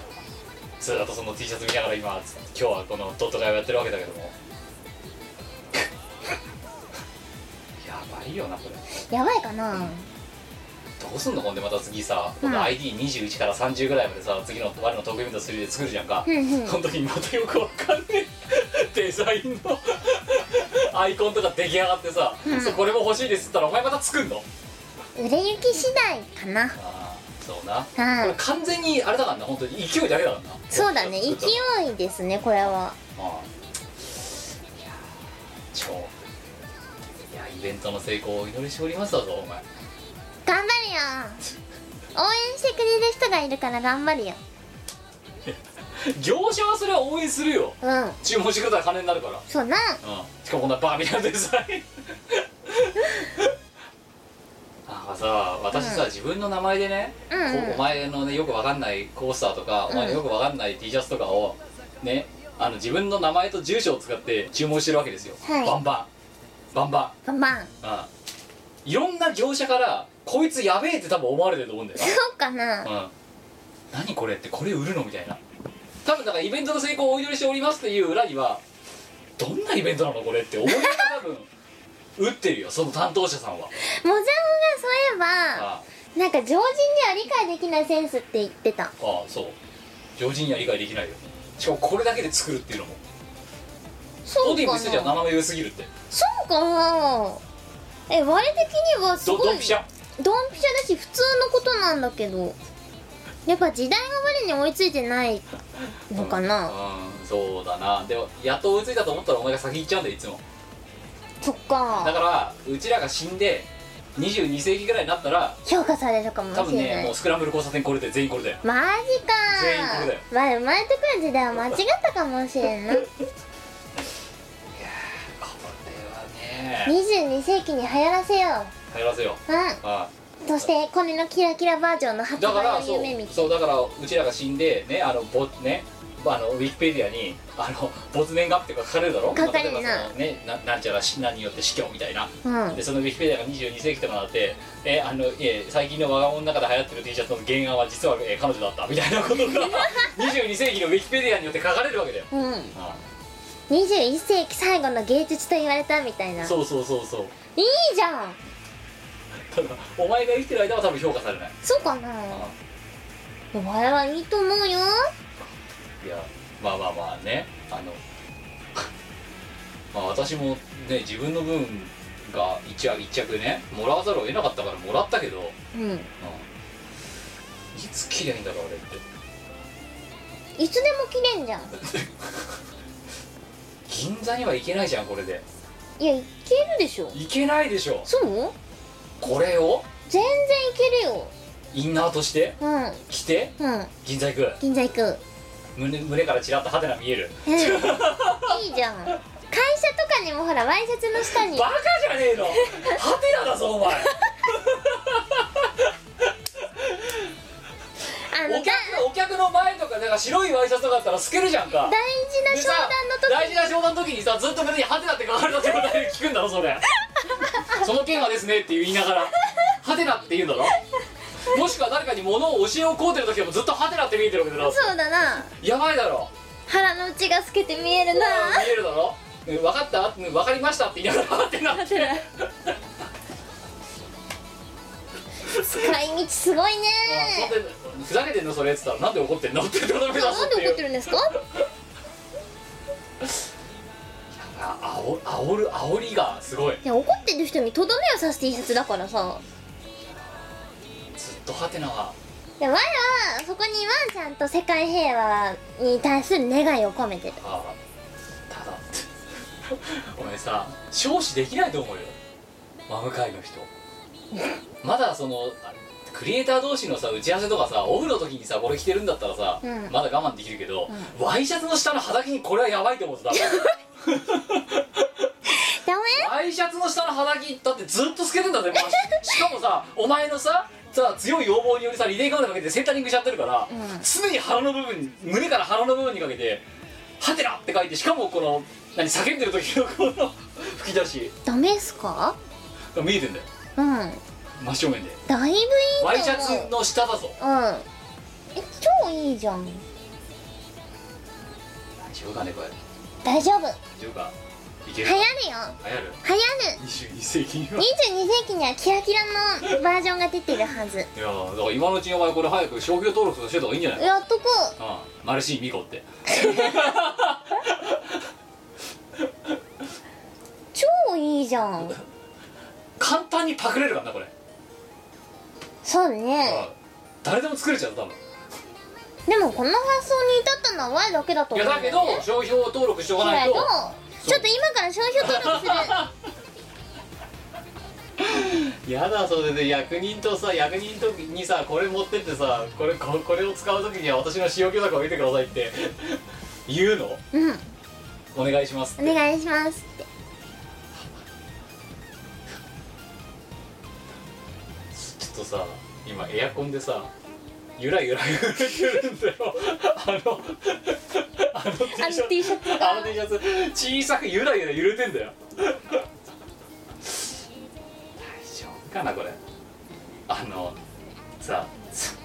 ずっとその T シャツ見ながら今今日はこのドット会をやってるわけだけども [LAUGHS] やばいよなこれ
やばいかな
どうすんのほんでまた次さ、
うん
ID21 から30ぐらいまでさ次の我の得意分と3で作るじゃんか、
うんうん
その時にまたよくわかんねえ [LAUGHS] デザインの [LAUGHS] アイコンとか出来上がってさ、
うん
そうこれも欲しいですって言ったらお前また作んの
売れ行き次第かな
ああそうな、
は
こ
い
れ完全にあれだからな本当に勢いだけだからな
そうだね
作ったの
勢いですねこれは
ああいや超いやイベントの成功をお祈りしておりますだぞお前
頑張るよ応援してくれる人がいるから頑張るよ
業者はそれは応援するよ
うん
注文してくれたら金になるから
そうな
うん、しかもこんなバーミヤンデザイン [LAUGHS] なんかさ私さ、
うん
自分の名前でね、
うんうん
こうお前のねよくわかんないコースターとか、お前のよくわかんない T シャツとかをねあの自分の名前と住所を使って注文してるわけですよ、
はい
バンバンバンバ
バンバン
ン、うん、いろんな業者からこいつやべえって多分思われてると思うんだよな
そうかな
うん、何これってこれ売るのみたいな多分だからイベントの成功をお祈りしておりますっていう裏にはどんなイベントなのこれって思いながら多分打ってるよその担当者さんは
モジャオがそういえば
あ
なんか常人では理解できないセンスって言ってた
あああそう常人には理解できないよしかもこれだけで作るっていうのも
そ
ボ
う
ディ
か
ブスじゃ
な
斜め上すぎるって
そうかなえ我的にはす
ど
ご
ド
い
ンピシャ
ドンピシャだし普通のことなんだけどやっぱ時代が我に追いついてないのかな、
うんそうだなでもやっと追いついたと思ったらお前が先行っちゃうんだよいつも
そっ
だ
か
からうちらが死んで22世紀ぐらいになったら
評価されるかもし
多
れ
分
な
ね
い、
もうスクランブル交差点これで全員これだよ
マジか
全員これだよ
まあ生まれてくる時代は間違ったかもしれんな
これはね
22世紀に流行らせよ
入らせよ
うう
あ
んそしてこれのキラキラバージョンの
あ
発
だから
売の
そう
夢見て
そうだからうちらが死んでねあのぼねまああのウィキペディアにあの没年月日とか書かれるだろ
書かれるな
まあ例えばそのねななんちゃら死難によって死去みたいな
うん
でそのウィキペディアが22世紀とかなってえあのいえ最近の我が物の中で流行ってる T シャツの原案は実は、え彼女だったみたいなことが
[LAUGHS]
22世紀のウィキペディアによって書かれるわけだよ
うん
あ
21世紀最後の芸術と言われたみたいな
あ
い
そうそうそうそう
いじゃん
ただお前が生きてる間は多分評価されない
そうかな
あ
お前はいいと思うよ
いやまあまあまあねあの [LAUGHS] まあ私もね自分の分が一着一着ねもらわざるを得なかったからもらったけど、うん、い
うん
つ切れんだろう俺って
いつでも切れんじゃん
銀座には行けないじゃんこれで
いやいけるでしょ
行けないでしょ
そう
これを
全然いけるよ
インナーとして
う
着て
んうん
銀座行く
銀座行く
胸胸からちらっとハテナ見える
[LAUGHS] うんいいじゃん会社とかにもほらワイシャツの下に
バカじゃねえのハテナだぞお前
あのだ
お客お客の前とかだから白いワイシャツとかだったら透けるじゃんか
大事な
で
商
さ
談の
大事な商談の時にさずっと別に「ハテナって書かれたってことで聞くんだろそれその件はですねって言いながら「ハテナって言うんだろもしくは誰かに物を教えをこうてる時でもずっと「ハテナって見えてるわけだろ
時そうだな
やばいだろ
腹の内が透けて見える [LAUGHS] な
見えるだろうん分かったうん分かりましたって言いながら「ハテナって
てな使い道すごいね
あそんでふざけてんのそれ」っつったら「なんで怒ってんの?」って言って目指す
な
っ
ん
て
で
い
怒って
う
るんですか
ああおる煽りがすごい
いや怒ってる人にとどめを刺す T シャツだからさ
ずっと「ハテナは
で我はそこにワンちゃんと世界平和に対する願いを込めてる
ああただ [LAUGHS] お前さ少子できないと思うよ真向かいの人まだそのあクリエイター同士のさ打ち合わせとかさオフの時にさこれ着てるんだったらさ、
うん
まだ我慢できるけど、ワイシャツの下の肌着にこれはやばいと思うぞ多分
だ下もね
ワイシャツの下の肌着だってずっと透けてんだぜ、まあししかもさお前のささ強い要望によりさリレーガードかけてセンタリングしちゃってるから、
うん
常に腹の部分に胸から腹の部分にかけて「ハテナ!」って書いてしかもこの何叫んでる時のこの吹き出し
ダメっすか
が見えてんだよ
うん
真正面で
だいぶいいと思う
ワイシャツの下だぞ
うんえ超いいじゃん
大丈夫かねこれ大
大丈夫流
丈夫かいける
行るよ
流行る
流行る
22世紀には
22世紀にはキラキラのバージョンが出てるはず
いやーだから今のうちにお前これ早く商標登録とかしてた方がいいんじゃない
やっとこ
うんマルシーミコって
う超いいじゃん
簡単にパクれるからなこれ、
そうだ
うん
ね
誰でも作れちゃう多分
でもこの発想に至ったのは我だけだと
い
思
や
う
だけど商標登録しておか
だ
ない
け
と
どちょっと今から商標登録する
やだそれで役人とさ役人とにさこれ持ってってさこれここれを使う時には私の使用許可を得てくださいって [LAUGHS] 言うの [LAUGHS]
うん
お願いします
お願いしますって
ちょっとさ今エアコンでさゆらゆら揺れてるんだよあのあの T シャ
T シャツ
ツあの T シャツ小さくゆらゆら揺れてんだよ大丈夫かなこれあのさつ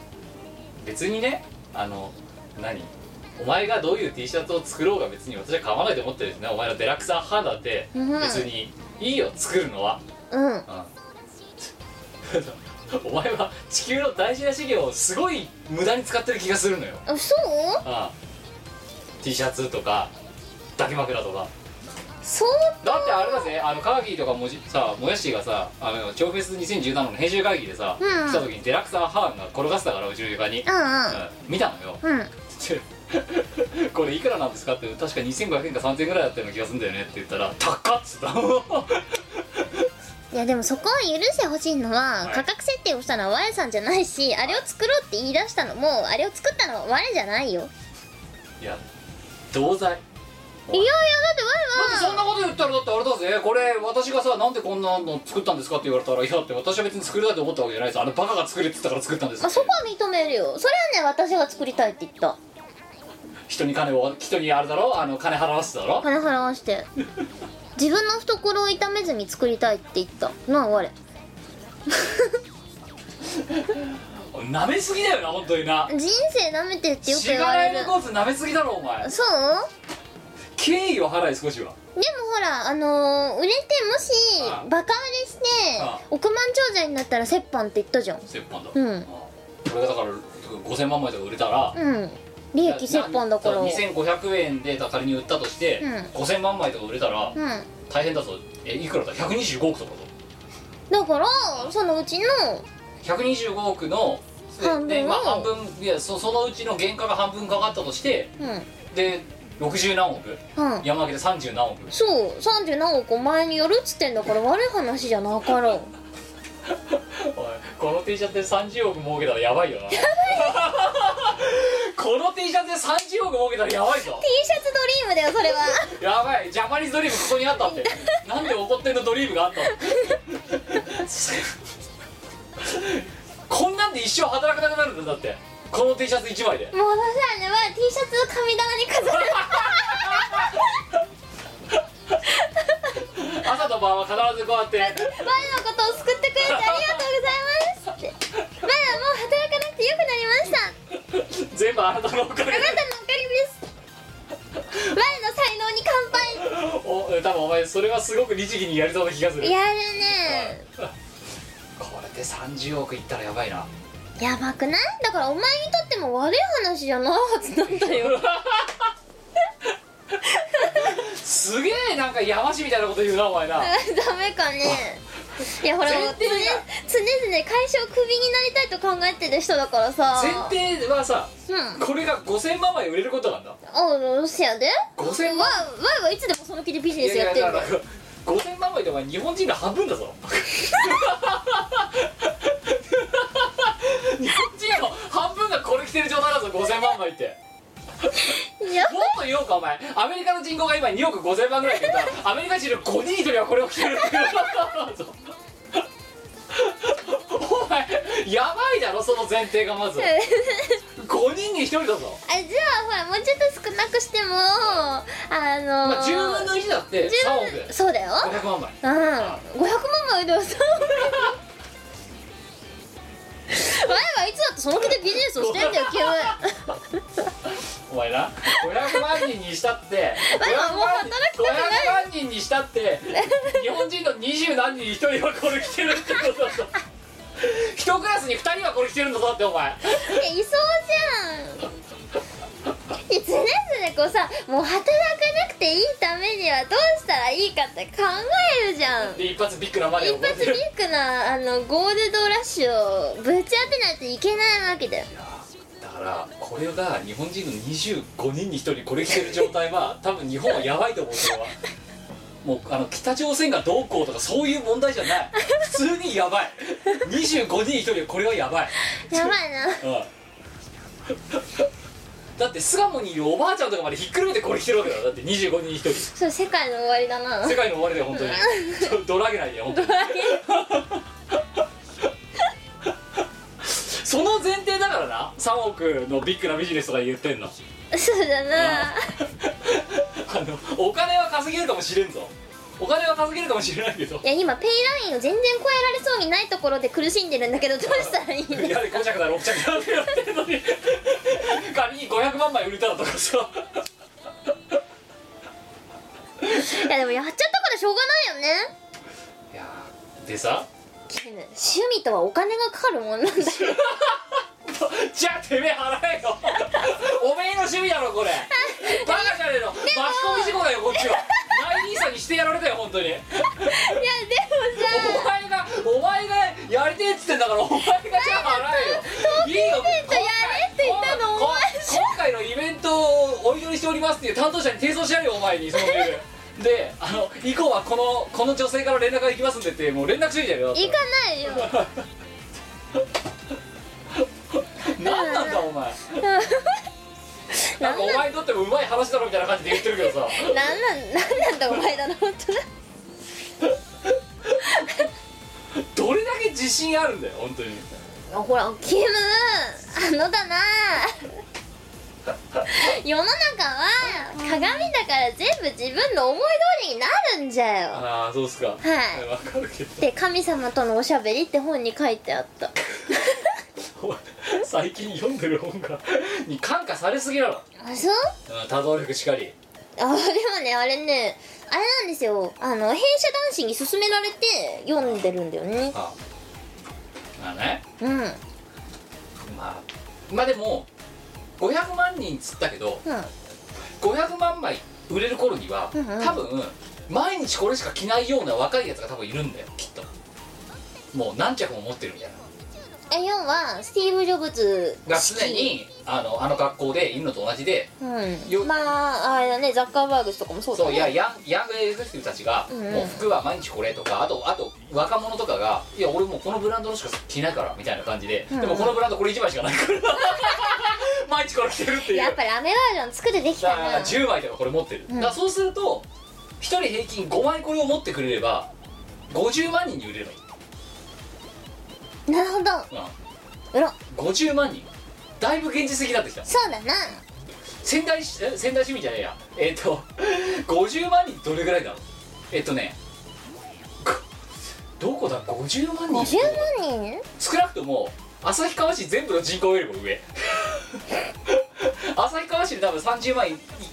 別にねあの何お前がどういう T シャツを作ろうが別に私は買わないと思ってるしねお前のデラックス派だって
うん
別にいいよ作るのは
うん
うん [LAUGHS] お前は地球の大事な資料をすごい無駄に使ってる気がするのよ、
あそう
うん、T シャツとか抱き枕とか
そう
だってあれだぜあのカーギーとかもじさもやしがさあの超フェス2017の編集会議でさ、
うん
来た時にデラクサーハーンが転がってたからうちの床に、
う
うん見たのよ
ん
[LAUGHS]
うんうん
って「これいくらなんですか?」って確か2500円か3000円ぐらいだったような気がするんだよねって言ったら「高っ!」っつった [LAUGHS] の
いやでもそこは許してほしいのは、
はい
価格設定をしたのは我さんじゃないしあれを作ろうって言い出したのもあれを作ったのは我じゃないよいやいやだ
いや同罪
って
だって
我
そ
は
んなこと言ったらだってあれだぜこれ私がさなんでこんなの作ったんですかって言われたらいやだって私は別に作りたいと思ったわけじゃないですあのバカが作れって言ったから作ったんです
まあ、そこは認めるよそれはね私が作りたいって言った
人に金を人にあれだろあの金払わせてだろ
金払わして自分の懐を痛めずに作りたいって言ったなあ我
なめすぎだよな本当にな
人生舐めてるってよく
し
言
が
わ
な
れ
い
る
のコースなめすぎだろお前
そう
敬意を払い少しは
でもほらあのー売れてもし
ああ
バカ売れして
ああ
億万長者になったら折半って言ったじゃん
折半だ
うん
これがだから5000万枚とか売れたら
うん利益折半だから
な
うん
2500円で仮に売ったとして、
う
5000万枚とか売れたら大変だぞえいくらだ125億とかだぞ
だからそのうちの
125億の
半分
で、
を
まあ、半分いやそそのうちの原価が半分かかったとして
う
で60何億
んうん
山分けで30何億
そう30何億お前によるっつってんだから悪い話じゃなかろう
おいこの T シャツで30億儲けたらやばい
[LAUGHS]
よなこの T シャツで30億儲けたらやばいぞ
T シャツドリームだよそれは
やばいジャパニーズドリームここにあったってなんで怒ってんのドリームがあったの [LAUGHS] こんなんで一生働かなくなるんだよだってこの T シャツ1枚で
[LAUGHS] もう私らねは T シャツを神棚に飾る
[LAUGHS] 朝と晩は必ずこうやって
前のことを救ってくれてありがとうございますって前はもう働かなくてよくなりました
[LAUGHS] 全部あなたの
あ
お金
なたのおかげです前の才能に乾
お多分お前それはすごく律儀にやりそうな気がする
杯やるね
[LAUGHS] これで30億いったらやばいな
やばくないだからお前にとっても悪い話じゃないはずなんだよ
[LAUGHS] すげえなんか山師みたいなこと言うなお前な
ダメかねいやほら常
前
々
提が
会社をクビになりたいと考えてる人だからさ
前提はさ
うん
これが5000万枚売れることなんだ
あロシアで
5000万
わわいはいつでもその気でビジネスやってる
だ
んだ
から
よ
5000万枚ってお前日本人の半分だぞ [LAUGHS] 日本人の半分がこれ着てる状態だぞ5000万枚って
日本や
もっと言おうかお前アメリカの人口が今2億5000万ぐらいいるからアメリカ人の5人以上はこれを着てるっていうお前やばいだろその前提がまず
え
5人に1人だぞ、
あじゃあほらもうちょっと少なくしてもあの
まあ、10分の1だって
10
3億
分そうだよ
500万枚
[LAUGHS] うん500万枚でもそう前はいつだってその気でビジネスをしてんだよ [LAUGHS] 急に
お前な500万人にしたって
前はもう働きたくない
500万人にしたって日本人の二十何人に一人はこれ着てるってことだぞ一クラスに二人はこれ着てるんだぞってお前
いやいそうじゃんいつねつねこうさもう働かなくていいためにはどうしたらいいかって考えるじゃん
で一発ビッグなマネー
一
を持っ
発
て
ビ
る
ッグなあのゴールドラッシュをぶち当てないといけないわけだよ
だからこれが日本人の25人に1人これ着てる状態は多分日本はやばいと思うそれはもうあの北朝鮮がどうこうとかそういう問題じゃない普通にやばい25人に1人はこれはやばい
やばいな
うんだって巣鴨にいるおばあちゃんとかまでひっくるめてこれ着てるわけだよだって25人に1人
[LAUGHS] それ世界の終わりだな
世界の終わりだよ本当にちょドラゲないで本当にその前提だからな3億のビッグなビジネスとか言ってんの
そうだな
あのお金は稼げるかもしれんぞお金は稼げるかもしれないけど
いや今ペイラインを全然超えられそうにないところで苦しんでるんだけどどうしたらいいの
やはり5着だ6着だってやってるのに仮に500万枚売れたらとかさ
[LAUGHS] いやでもやっちゃったからしょうがないよね
いやーでさ
キム趣味とはお金がかかるもん [LAUGHS] なんだよ
じゃあてめえ払えよおめえの趣味だろこれバカじゃねえの巻き込み事故だよこっちはナイ兄さんにしてやられたよ本当に
いやでも
お
さ
前がお前がやりてえっつってんだからお前がじゃあ払えよいいよ
イベントやれって言ったの
こ
お前じ
こ今回のイベントをお祈りしておりますっていう担当者に提訴してやるよお前にそのメー
[LAUGHS]
ルであの以降はこのこの女性から連絡が行きますんでってもう連絡しといてやるよ
行かないよ
何なんだお前なんかお前にとってもうまい話だろみたいな感じで言ってるけどさ
なんなんなんなんだお前だな本当だ
どれだけ自信あるんだよ本当に
あほらキムあのだな世の中は鏡だから全部自分の思い通りになるんじゃよは
ああそうっすかはいわかるけど
で「神様とのおしゃべり」って本に書いてあった
お前最近読んでる本がに感化されすぎだろ、
あそう
うん、多動力しかり
あでもねあれねあれなんですよあの弊社男子に勧められて読んでるんだよね
あまあね
うんうん
まあまあでも500万人つったけど500万枚売れる頃には
うんうん
多分毎日これしか着ないような若いやつが多分いるんだよきっともう何着も持ってるみたいな
え4はスティーブ・ジョブズ
が常にあのあの格好でいるのと同じで
う
よ
んまああれだねザッカーバーグ氏とかもそうだ
そういや
ね
ヤンヤングエグゼクティブたちが、
うんうん
もう服は毎日これとかあとあと若者とかがいや俺もうこのブランドのしか着ないからみたいな感じで、
うんうん
でもこのブランドこれ1枚しかないから [LAUGHS] 毎日これ着てるっていう
やっぱりアメバージョン作るでき
だ
た
から
な
10枚とかこれ持ってる、
うん
だからそうすると1人平均5枚これを持ってくれれば50万人に売れればいい、
なるほど
う
うろ
ん、50万人だいぶ現実的になってきた
そうだな
仙台市え仙台市民じゃねえやえっ、と50万人どれぐらいだろうえっ、とねこどこだ50万人
50万人
少なくとも旭川市全部の人口よりも上 [LAUGHS] 旭川市で多分30万い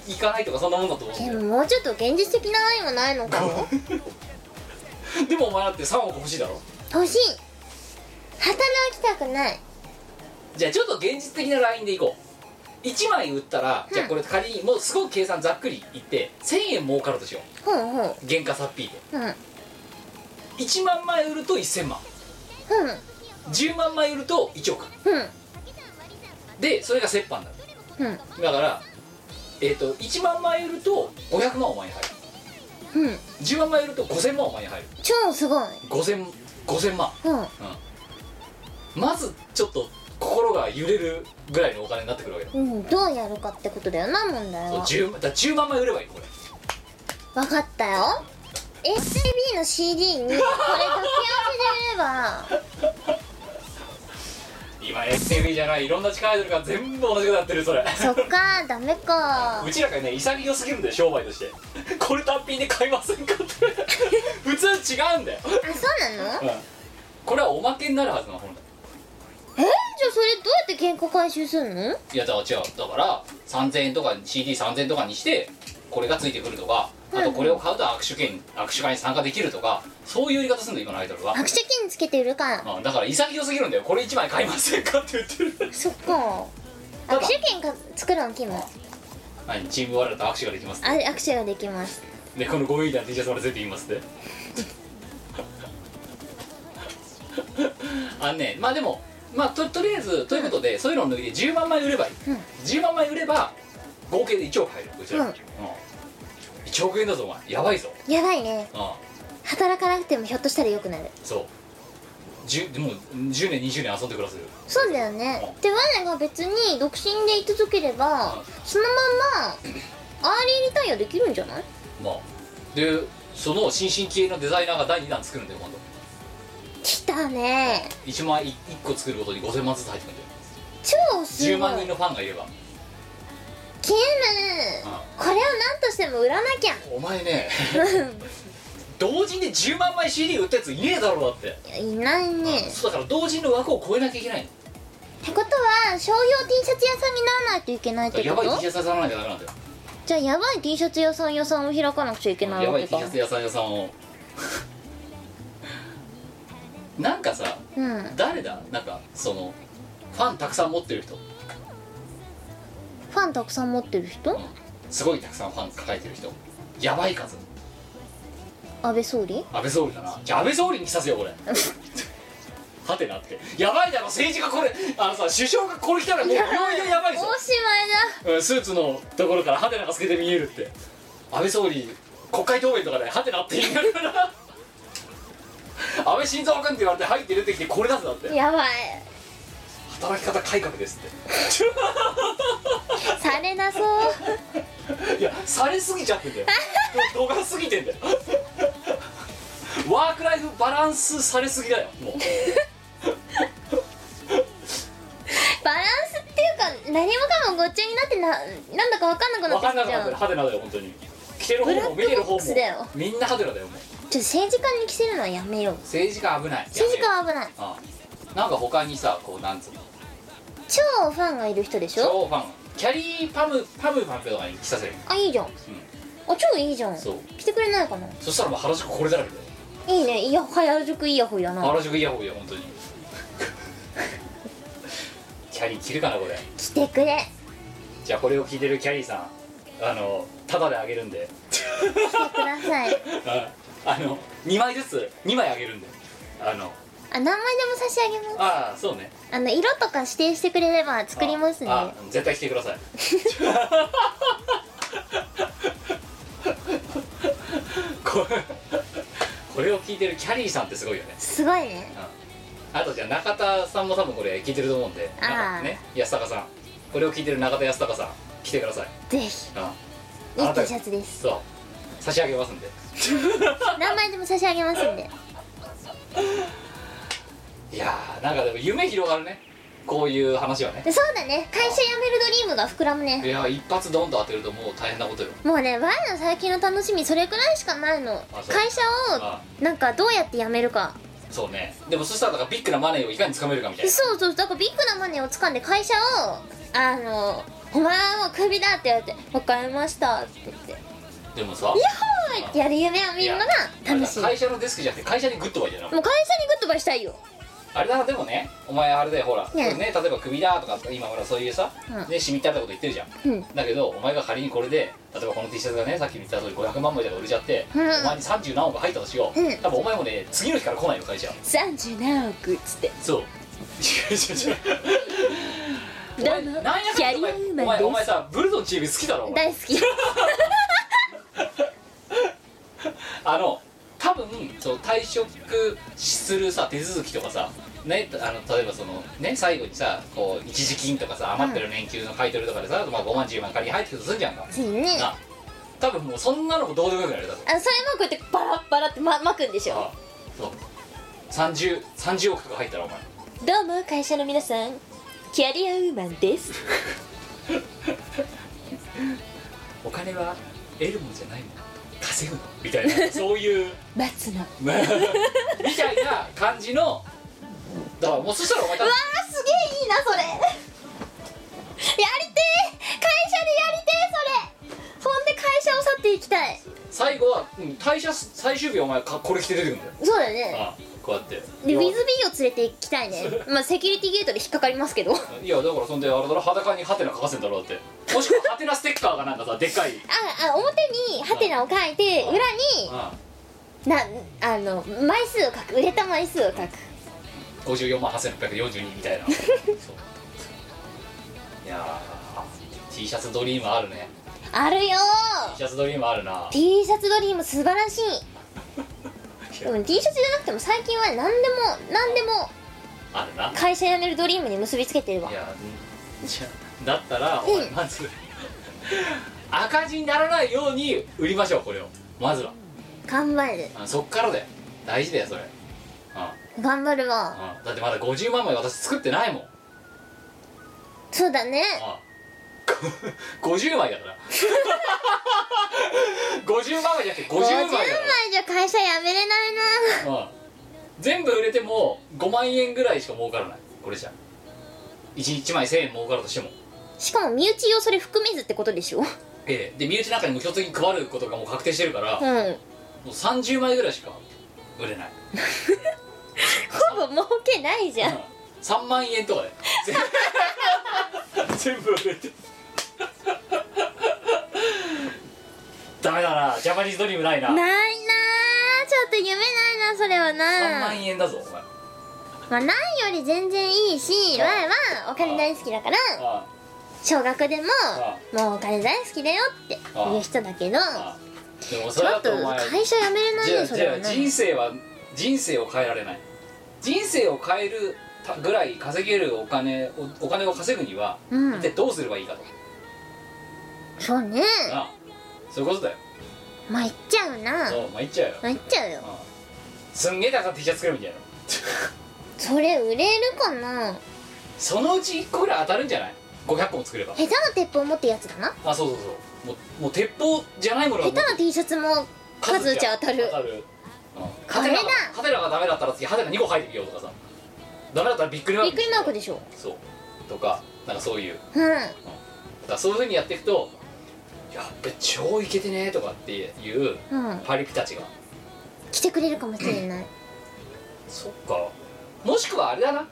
いいかないとかそんなもんだと思うんだ
で
よ
ももうちょっと現実的な愛はないのかも
でもお前だって3億欲しいだろ
欲しい働きたくない
じゃあちょっと現実的なラインでいこう1枚売ったら、じゃあこれ仮にもうすごく計算ざっくりいって1000円儲かるとしよ
ほうほう
う原価さっぴいで
うんうん
1万枚売ると1000万10万枚売ると1億
うん
でそれが折半になる
うん
だからえっ、と1万枚売ると500万お前に入る
うん
10万枚売ると5000万お前に入る
超すごい
5000 5000万
うん
まずちょっと心が揺れるぐらいのお金になってくるわけだ
うんどうやるかってことだよな問題
そう
は
10, だから10万枚売ればいいのこれ
分かったよ SJB の CD にこれ時き合わせで売れば
今 STV じゃないいろんな地下アイドルが全部同じことやってるそ [LAUGHS] れ
そっかダメか
うちらがね潔すぎるんだよ商売として [LAUGHS] これ単品で買いませんかって [LAUGHS] 普通違うんだよ、
あそうなの
うん、これはおまけになるはずの本だ
えじゃあそれどうやって原価回収すんの
いやだから違うだから3000円とか CD3000 円とかにしてこれがついてくるとかあとこれを買うと握手券握手会に参加できるとかそういう売り方するんだよ今のアイドルは、
白手金つけて売るから
うん、だから潔すぎるんだよこれ1枚買いませんかって言って [LAUGHS] る
そっか
た
握
だ
手券か作るのキム
何チーム我らと握手ができます
あ握手ができます
でこのゴミみたいな T シャツまで全部言いますって [LAUGHS] あのねまあでもまあととりあえずということで、そういうのを抜いて10万枚売ればいい、
うん
10万枚売れば合計で1億入るこちら、
うん
うん1億円だぞお前やばいぞ、
やばいね
うん、
働かなくてもひょっとしたら良くなる
そう10でもう10年20年遊んで暮らせる
そうだよねで我が別に独身でい続ければそのままアーリーリタイアできるんじゃない
まあでその新進気鋭のデザイナーが第2弾作るんだよ今度
来たね
1万 1, 個作ることに5000万ずつ入ってくるんだ
超
よ
すごい
10万人のファンがいれば、
キムこれを何としても売らなきゃ
うんお前ね同時に10万枚 CD 売ったやついねえだろうだっ
[LAUGHS]
て、
いないね
そうだから同時の枠を超えなきゃいけないの
ってことは商標 T シャツ屋さんにならないといけないっ
だか
て
らやば
こ
い T
と
シャツ屋さんなきゃダメなんだよ
じゃあやばい T シャツ屋さん屋さんを開かなくちゃいけない
やば
わ
い
け
T
か
シャツ屋さん屋さんをなんかさ
うん
誰だなんかそのファンたくさん持ってる人
ファンたくさん持ってる人
すごいたくさんファン抱えてる人やばい数
安倍総理
安倍総理だなじゃあ安倍総理に来させよう
[LAUGHS]
これはてなってやばいだろ政治がこれあのさ首相がこれ来たらもういよいよやばい
お
ぞ
しまいだ
うんスーツのところからハテナが透けて見えるって安倍総理国会答弁とかでハテナって言いながら安倍晋三君って言われて入って出てきてこれだぜだって
やばい
働き方改革です
されなそう
って [LAUGHS] いやされすぎちゃってんだよもう度が過ぎてんだよワークライフバランスされすぎだよもう
バランスっていうか何もかもごっちゃになってななんだか分かんなくな
分
って
かんな
き
く
ちゃ
なって
う
るハテナだよ本当に着てる方も
ブラッ
見て
ク
る
ボ
方
ッ
も
クスだよ
みんなハテナだよもう
ちょっと政治家に着せるのはやめよう
政治家危ない
政治家は危ない
ああなんか他にさこうなんつうの
超ファンがいる人でしょ
超ファンキャリーパムパムパムとかに着させる
あいいじゃん、あ超いいじゃん
そう
着てくれないかな
そしたらもう原宿これだらけだよ
いいねいや原宿イヤホイやな
原宿イヤホンや本当にキャリー着るかなこれ
着てくれ
じゃあこれを聞いてるキャリーさんあのタダであげるんで
着てください
[LAUGHS] あの2枚ずつ2枚あげるんであの
あ何枚でも差し上げます
ああそうね
あの色とか指定してくれれば作りますね
ああ絶対来てください [LAUGHS] これこれを聞いてるキャリーさんってすごいよね
すごいね
あとじゃあ中田さんも多分これ聞いてると思うんで
あー
中田ね安高さんこれを聞いてる中田安高さん来てください
ぜひ
あ
い
あ
い
なた
T シャツです
そう差し上げますんで
何枚でも差し上げますんで
いやーなんかでも夢広がるねこういう話はね
でそうだね会社辞めるドリームが膨らむ
い
ね
やー一発ドンと当てるともう大変なことよ
もうね我の最近の楽しみそれくらいしかないの
あそう
会社
あ
をなんかどうやって辞めるか
そうねでもそしたらだからビッグなマネーをいかにつかめるかみたいな
そうそうだからビッグなマネーを掴んで会社をあの「お前はもうクビだ」って言われて「分かりました」って言って「や
でもさ
っほーい!」ってやる夢を見るのが楽しい
あれだ会社のデスクじゃなくて会社にグッドバイじゃない
もう会社にグッドバイしたいよ
あれだなでもねお前あれだよほら、
ね
ね例えばクビだとか今ほらそういうさ、
うん
ねしみったれたこと言ってるじゃん
うん
だけどお前が仮にこれで例えばこの T シャツがねさっきも言った通り500万枚とか売れちゃって、
うん
お前に30何億入ったとしよう、
うん
多分お前もね次の日から来ないよ会社
37億っつって
そう
[LAUGHS]
違う違う違うお前
どうも
なんやかんやお前
キャリーマン
お前
です
お前さブルドンチーム [LAUGHS] 好きだろお前
大好き
あの多分そう退職するさ手続きとかさね、あの例えばその、ね、最後にさこう一時金とかさ余ってる年給の買い取りとかでさ、まあ、5万10万仮に入ってくるとするじゃんか、
そうね
な多分もうそんなのもどうでもよくなるだろ
あそれもこうやってバラッバラってま巻くんでしょ
あそう30 30億とか入ったらお前
どうも会社の皆さんキャリアウーマンです
お金は得るもんじゃないの稼ぐのみたいなそういう [LAUGHS]
松野うわ
みたいな感じのだからもうそしたらお前多分
ーすげえいいなそれ [LAUGHS] やりてえ会社でやりてえそれそんで会社を去っていきたい
最後は、うん、退社す最終日お前かこれ着て出てくんだよ
そうだよね
あこうやって
で
い
ウ
や
ィズビーを連れて行きたいね
[LAUGHS]
まあセキュリティゲートで引っかかりますけどあ
いやだからそんであれだろ裸にハテナ書かせんだろだってもしくはハテナステッカーがなんかさでっかい
あ表にハテナを書いて
あ
裏に
あ
なあの枚数を書く売れた枚数を書く
54万8642みたいなそういやー T シャツドリームあるね
あるよ
T シャツドリームあるな
ー T シャツドリーム素晴らしいでも T シャツじゃなくても最近は何でも何でも
あるない
会社辞めるドリームに結びつけてるわ
やんじゃだったらお前まず赤字にならないように売りましょうこれをまずは
頑張る
あそっからだよ大事だよそれあ
頑張るわ
あだってまだ50万枚私作ってないもん
そうだね
あ [LAUGHS] こ50枚だから50万枚じゃなくて
50
50
枚
枚だから
じゃ会社辞めれないな
うん全部売れても5万円ぐらいしか儲からないこれじゃ1日枚1000円儲かるとしても
しかも身内をそれ含めずってことでしょう
ええで身内なんかに無償的に配ることがもう確定してるから、も
ん
う30枚ぐらいしか売れない、
ほぼ儲けないじゃん
3万
[LAUGHS]
円とかで全部全部売れてダメだなジャパニーズドリームないな
ないなーちょっと夢ないなそれは
3
な
万円だぞお前
まあないより全然いいし
あ
わいはお金大好きだから
あ
小学でも
あ
もうお金大好きだよって言う人だけど
あああでもそ
ち
れ
ょ
だ
っと
とお前
会社辞めれない
じゃ
ね
あ
そ
じ
れ
ゃ
は
あ
ね
人生は人生を変えられない人生を変えるたぐらい稼げるお金をお金を稼ぐには、
うん
一体どうすればいいかと、
そうね
なあそういうことだよ、
まいっちゃうな
そうまあ、いっちゃうよ、
まいっちゃうよ
ああすんげえたくさん T シャツ作ればいいんじゃないの
それ売れるかな
そのうち1個ぐらい当たるんじゃない500個も作れば
下手な鉄砲持ってるやつだな
あそうそうそうもうもう鉄砲じゃないものは
下手な T シャツも数打ちゃ当たる
当たるうん
これだ
ハテナがダメだったら次ハテナ2個入ってみようとかさダメだったらびっくりマー
びっ
ク
くりマークでしょ
そうとかなんかそういう
うん
だからそういうふうにやっていくと「やっべ超イケてね」とかっていう
うん
パリピたちが
来てくれるかもしれない
そっかもしくはあれだな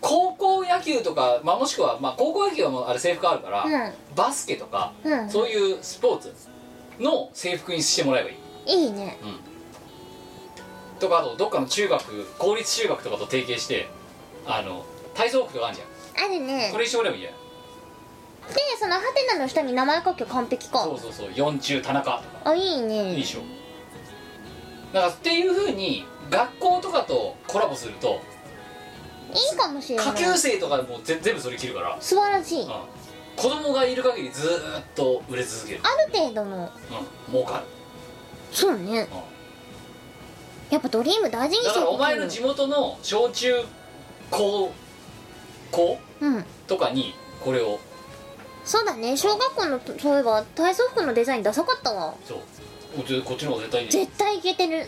高校野球とか、まあ、もしくは、まあ、高校野球はもうあれ制服あるから、バスケとか、
うんうん
そういうスポーツの制服にしてもらえばいい、
いいね
うん、とかあとどっかの中学公立中学とかと提携してあの体操服とかあるじゃ
あるね
んこれ一緒もらえばいいじゃん
でそのハテナの下に名前書きゃ完璧か
そうそうそう四中田中とか
あいい
いいで
ね
しょだからっていうふうに学校とかとコラボすると
いいかもしれない
下級生とかでもうぜ全部それ切るから、うん、
素晴らしいあ
子供がいる限りずーっと売れ続ける、
る程度の
うん、儲かる、
そうね
う
やっぱドリーム大事に
ん、
し
だ
て
からお前の地
分
元の小中高校
うん
とかにこれを
そうだね小学校のそういえば体操服のデザインダサかったわ
そうこっちこっちの方が絶対に
絶対いけてる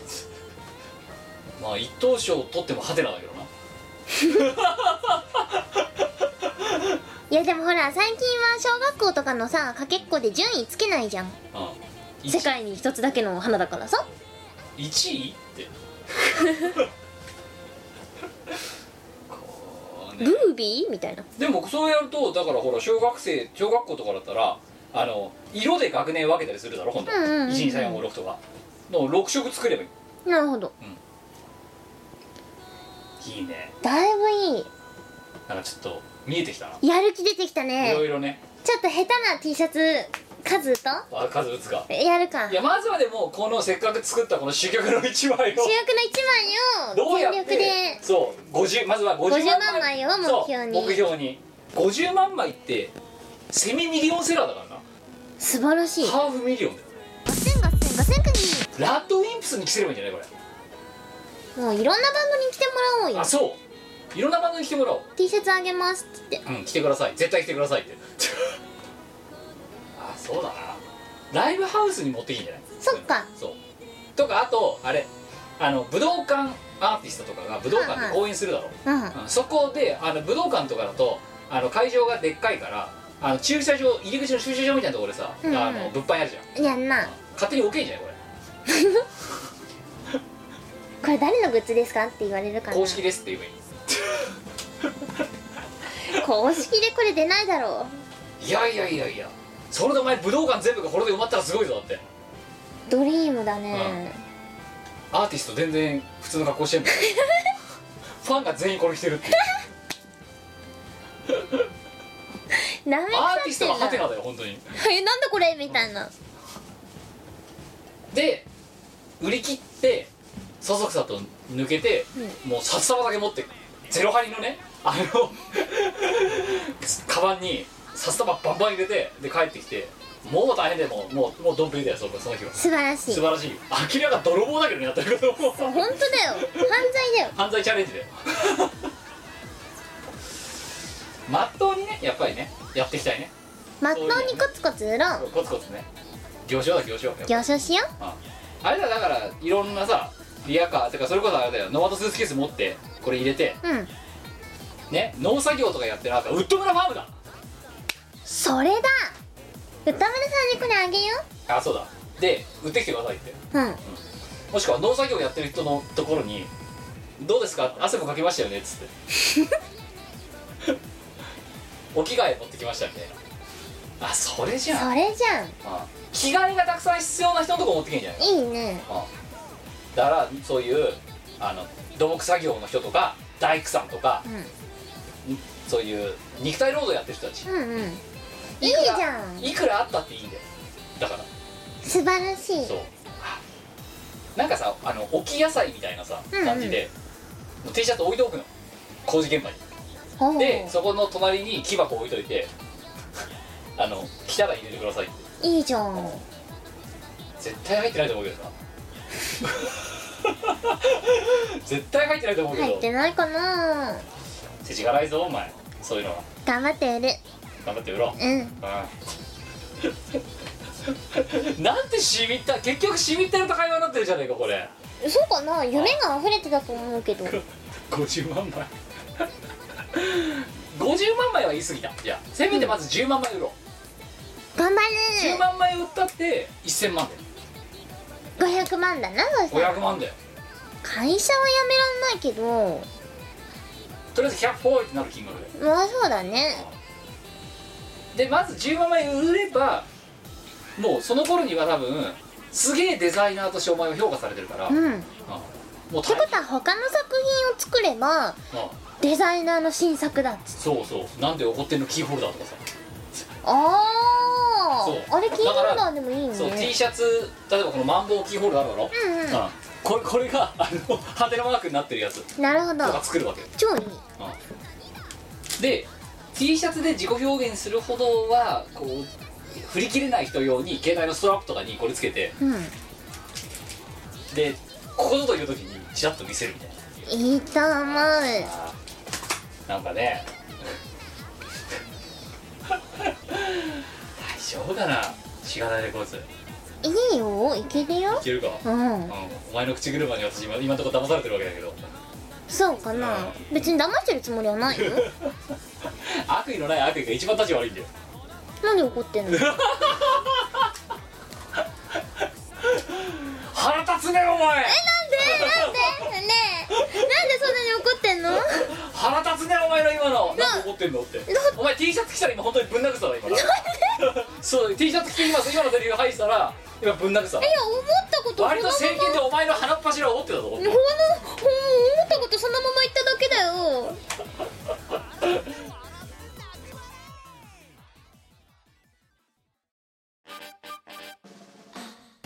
まあ一等賞取ってもハテナだけどない
やでもほら最近は小学校とかのさかけっこで順位つけないじゃん、
うん、
世界に一つだけの花だからさ
1位って [LAUGHS] こうね
ブービーみたいな
でもそうやるとだからほら小学生小学校とかだったらあの色で学年分けたりするだろ今度、
うんうんうんうん
12346とかの6色作ればい
なるほど
いいいいね
だいぶい
なんかちょっと見えてきたない
やる気出てきた
いろ
ね
いろね
ちょっと下手な T シャツ数と
あ数打つか
やるか
いやまずはでもこのせっかく作ったこの主曲の一
主役
枚を
の一
どう
枚
や
を
っ
全力
て
で
そう50まずは50
50
万
万枚を目標に
そう目標に50万枚ってセミミリオンセラーだからな
素晴らしい
ハーフミリオンだよ
ガッセンガッセンガッセンクギ
ラッドウィンプスに着せればいいんじゃないこ
ーもういろんなバンドに来てもらおう
れ
よ
あそういろんな番組来てもらおう
T シャツあげますって言って
うん来てください絶対来てくださいって [LAUGHS] あそうだなライブハウスに持っていいんじゃない
そっか
そうとかあとあれあの武道館アーティストとかが武道館で公演するだろ、
うん
うんそこであの武道館とかだとあの会場がでっかいからあの駐車場入り口の駐車場みたいなところでさ、
うんうん
あの物販やるじゃ
や
ん
んな
勝手に置けんじゃないこ
これ誰のグッズですかって言われるか
れ
ら
公式ですって言えばい
公式でこれ出ないだろ
いいやいやいやいやそれでお前武道館全部がこれで埋まったらすごいぞだって
うドリームだね、
アーティスト全然普通の格好 [LAUGHS] してんのファンが全員これ着てるっていう
なめく
ア
さ
ーティ
っ
ス
て
ト
ん
がハテ
な
ナだよ本当に
[LAUGHS] えなんだこれみたいな
で売り切ってそそくさと抜けて、もう札束だけ持ってゼロ張りのねあの [LAUGHS] カバンに札束バンバン入れてで帰ってきてもう大変でもうもうもうドンピリだよそのその日は
素晴らしい
素晴らしい明らか泥棒だけどねやってることも
本当だよ犯罪だよ
犯罪チャレンジだよまっとうにねやっぱりねやっていきたいね
まっとうにコツコツ売ろう
コツコツね行商だ行商やっぱり
行商しよ
あれだだからいろんなさリアカーてかそれこそあれだよノマドスーツケース持ってこれ入れて
ううん
ね農作業とかやってるなんかウッド村ファームだ
それだ歌丸さんにこれあげよ
あそうだで売ってきてくださいって
ううん
もしくは農作業やってる人のところに「どうですか汗もかきましたよね」っつって [LAUGHS] 「お着替え持ってきました」みたいなあそれじゃん
それじゃん
あ着替えがたくさん必要な人のとこ持ってけんじゃない
いいね
あだからそういうあの土木作業の人とか大工さんとか
う
そういう肉体労働やってる人たち
んうんうんいい
く
じ
ら
ゃん
いくらあったっていいんだよだから
素晴らしい
そうあなんかさあの置き野菜みたいなさ
うんうん
感じで、もう T シャツ置いておくの工事現場に
おう
でそこの隣に木箱置いといてあの来たら入れてくださいって
いいじゃん
絶対入ってないと思うけ [LAUGHS] どな絶対入ってないと思うけ
入っ
ど
てないかな
世知辛いぞお前そういうのは
頑張って売る
頑張って売ろう
うん
うん [LAUGHS] なんてしみった結局しみったれた会話になってるじゃねえかこれ
そうかな夢が溢れてたと思うけど
50万 [LAUGHS] 枚50万枚は言い過ぎたいやせめてまず10万枚売ろ
頑張
う、10
る
万枚売ったって1000万だよ
500万だなそしたら
500万だよ
会社はやめらんないけどま
とりあえず100本ってなる金額で
あそうだね
でまず10万枚売ればもうその頃には多分すげえデザイナーとしてお前は評価されてるから、
う
うん
んって
もう大
ことは他の作品を作れば
うん
デザイナーの新作だっつ
そうそうなんで怒ってんのキーホルダーとかさ
あ
そう
ーあれキーホルダーでもいい
そう T
ね
シャツ例えばこのマンボウキーホルダーあるだろ、
うんう
うんこれこれがあのハテナマークになってるやつ
んなるほ
とか
ど
作るわけよ、
超いい
うんで T シャツで自己表現するほどはこう振り切れない人用に携帯のストラップとかにこれつけて
うん
でここぞという時にチラッと見せるみたいない
いと思う
あーなんかね [LAUGHS] 大丈夫かなしがないレコーズい
いいよいけるよ
けるか
うん
うんお前の口車に私今今のところ騙されてるわけだけど
そうかな別に騙してるつもりはないよ
[LAUGHS] 悪意のない悪意が一番立ち悪いんだよ
なんで怒ってんのなんでなんで
腹立つねお前
ねえなんでそんなに怒ってんのなん
腹立つねお前の今のなんで怒ってんのってお前 T シャツ着たら今本当にぶん殴ってただ今なそう T シャツ着て今今のセリフ入ってたら今ぶん殴ってた
いや思ったこと
割と
その
政権でお前の鼻っ柱を折ってたぞ
ままほんと思ったことそのまま言っただけだよ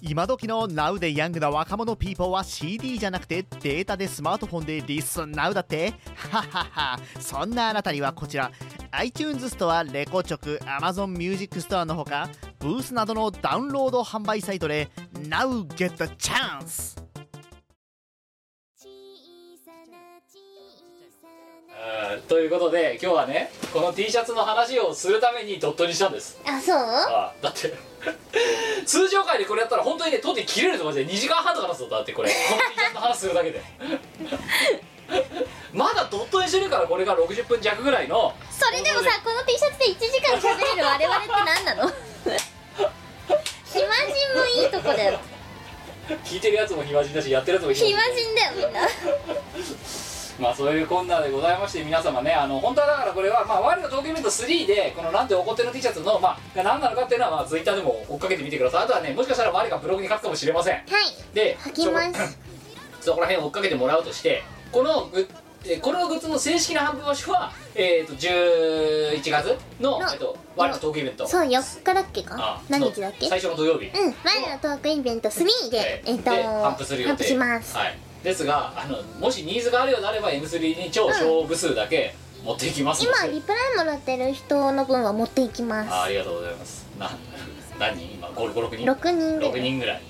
今時の Now でヤングな若者ピーポーは CD じゃなくてデータでスマートフォンでリスン Now だってはははそんなあなたにはこちら iTunes ストア、レコチョク、Amazon ミュージックストアのほかブースなどのダウンロード販売サイトで Now get the chance!
うんということで今日はねこの T シャツの話をするためにドットにしたんです
あそう
あだって [LAUGHS] 通常回でこれやったら本当にね当店切れるとマジで2時間半とか話すぞだっ
[LAUGHS]
てこれこの T シャツの話するだけでまだドットにしてるからこれが60分弱ぐらいの
それでもさこの T シャツで1時間喋れる我々って何な
[LAUGHS]
の暇人もいいとこだよ
聞いてるやつも暇人だしやってるやつも
暇
人
人だよみんな
まあそういうこんなでございまして皆様ねあの本当はだからこれはまあワイルド東京イベント3でこのなんて怒ってる T シャツのまあが何なのかっていうのはまあツイッターでも追っかけてみてくださいあとはねもしかしたら我がブログに書くかもしれません
はい
で
書きます
そこら辺を追っかけてもらうとしてこのグッえーこのグッズの正式な販売場所は、えー、と11月の、
の
えっとワイルドトークイベント
そう4日だっけ
あ
か何日だっけ
の最初の土曜日、
うん前のトークイベント3でえっと
でアップする予定
アップします
はい、ですがあのもしニーズがあるようであれば M3 に超小部数だけ持っていきますの
今
で、
リプライもらってる人の分は持っていき
ああ
ます
りがとうございますな [LAUGHS] 何人今56人
6人ぐ
6
らい
人ぐらい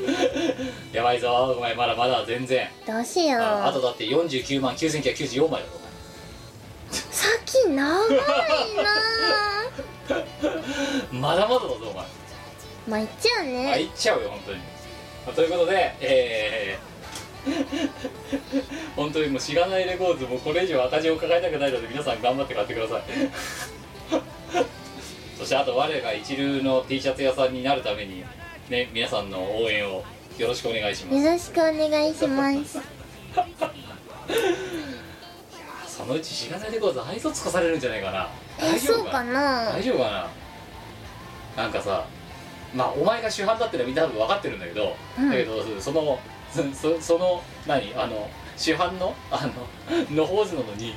[LAUGHS] やばいぞお前まだまだ全然
どうしよう
ああとだって49万9994枚だぞお前
先長いなぁ
[LAUGHS] まだまだだぞお前
まあいっちゃう
あ
ね
行っちゃうよ本当に、まあということでえー [LAUGHS] 本当にもう知らないレコーズもうこれ以上赤字を抱えたくないので皆さん頑張って買ってくだ
[LAUGHS]
さいそしてあと我が一流の T シャツ屋さんになるためにね皆さんの応援をよろしくお願いします
よろしくお願いします
そのうちしがないレコード愛想尽かされるんじゃないかな
え
大丈
そう
夫か
か
な
な
大丈夫かななんかさまあお前が主犯だってのはみんな多分分かってるんだけど、
うん
だけどそのそそその何あの主犯のあの [LAUGHS] 野放図なのに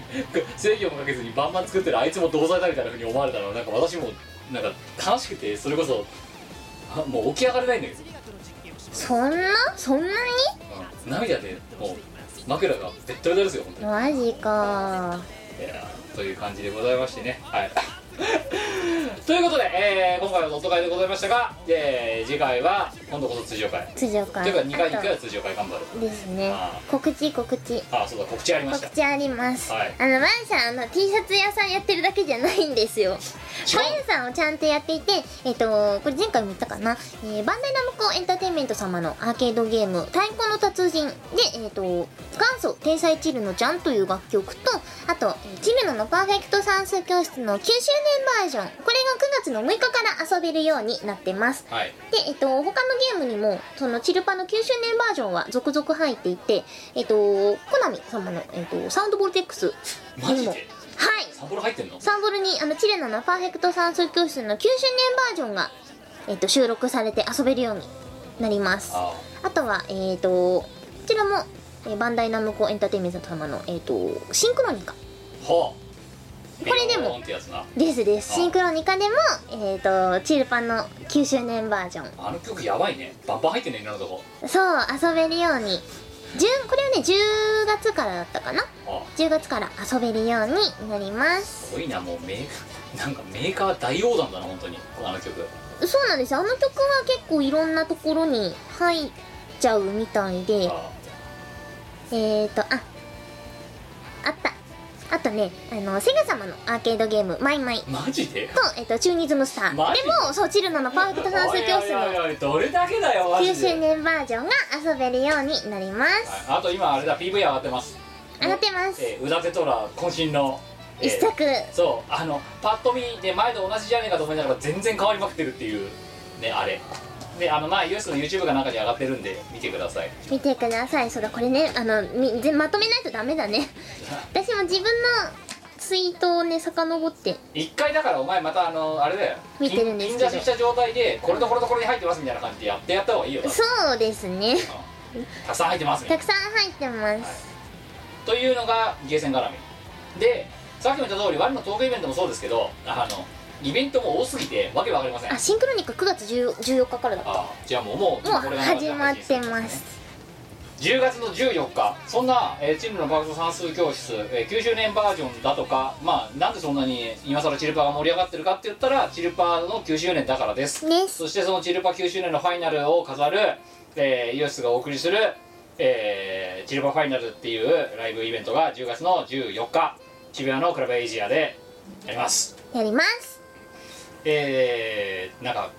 制御もかけずにバンバン作ってるあいつも同罪だみたいなふうに思われたらなんか私もなんか悲しくてそれこそあもう起き上がれないんだけど、
そんなそんなに
うん涙でもう枕がベッドベトですよ本当に
マジか
いやーという感じでございましてねはい [LAUGHS] ということで、えー今回はドット会でございましたが、えー次回は今度こそ通常会
通常
とい
会
うか2回に1回
あ
は通常会頑張る
とですね
あ
告知告知
あそうだ告知ありました
告知あります、
はい
あのマンさんあの T シャツ屋さんやってるだけじゃないんですよ
違
パ
う
ン屋さんをちゃんとやっていてえっ、とこれ前回も言ったかな、えーバンダイナムコエンターテインメント様のアーケードゲーム「太鼓の達人」でえっ、と元祖天才チルノちゃんという楽曲とあとえーチルノのパーフェクト算数教室の9周年バージョンこれが9月の6日から遊べるようになってます
はい
で、えっと、他のゲームにも、そのチルパの9周年バージョンは続々入っていて、えっと、コナミ様の、えっと、サウンドボルテックスにも。
マジで
はい。
札幌入ってんの
サンボルに、あの、チレナのパーフェクト算数教室の9周年バージョンが、えっと、収録されて遊べるようになります。あ
あ
とは、えっと、こちらも、えーバンダイナムコエンターテインメント様の、えっと、シンクロニカ。
ーはあ
これでも
ビヨーンってやつな
ですです。
あ
シンクロニカでも、えっと、チルパの9周年バージョン。
あの曲やばいねバンバン入ってんね今のとこ
そう遊べるように10これはね10月からだったかな
あ
10月から遊べるようになります
すごいなもうメーカー [LAUGHS] なんかメーカー大横断だな本当にあの曲
そうなんですよあの曲は結構いろんなところに入っちゃうみたいで
あ
えーとああったあとねあのセガ様のアーケードゲーム「マイマイ」と,、
マジで
えっとチューニズムスターで
マジ
もそうチルノのパーフェクト算数教室
おいおい
の
おいおいどれだけだよマジ
9
で
周年バージョンが遊べるようになります
はいあと今あれだ PV 上がってます
上がってます
えー、宇田テトラ渾身の、えー
一作
そうあのパッと見で前と同じじゃねえかと思いながら全然変わりまくってるっていうねあれであのまあユースの YouTube が中に上がってるんで見てください
見てくださいそうだこれねあのみぜまとめないとダメだ
[LAUGHS]
ね私も自分のツイートをね遡って
一回だからお前またあのあれだよ
見てるんですけど
金出しした状態でこれとこれとこれに入ってますみたいな感じでやってやった方がいいよ
そうですね
たくさん入ってますみた
た
い
くさん入ってます
なというのがゲーセン絡みでさっきも言った通りワニのトークイベントもそうですけどあのイベントも多すぎてわけわかりません
あシンクロニック9月10 14日からだも
あじゃあもうもう
う
これが流れ
始
て
まっ
配信さ
て
れるん
ま
ですね10月の14日そんな、えーチルの爆走算数教室、えー90年バージョンだとかまあなんでそんなに今更チルパが盛り上がってるかって言ったらチルパの9周年だからです
です
そしてそのチルパ9周年のファイナルを飾る、えーイオシスがお送りする、えーチルパファイナルっていうライブイベントが10月の14日渋谷のクラブエイジアでやります
やります
えーなんか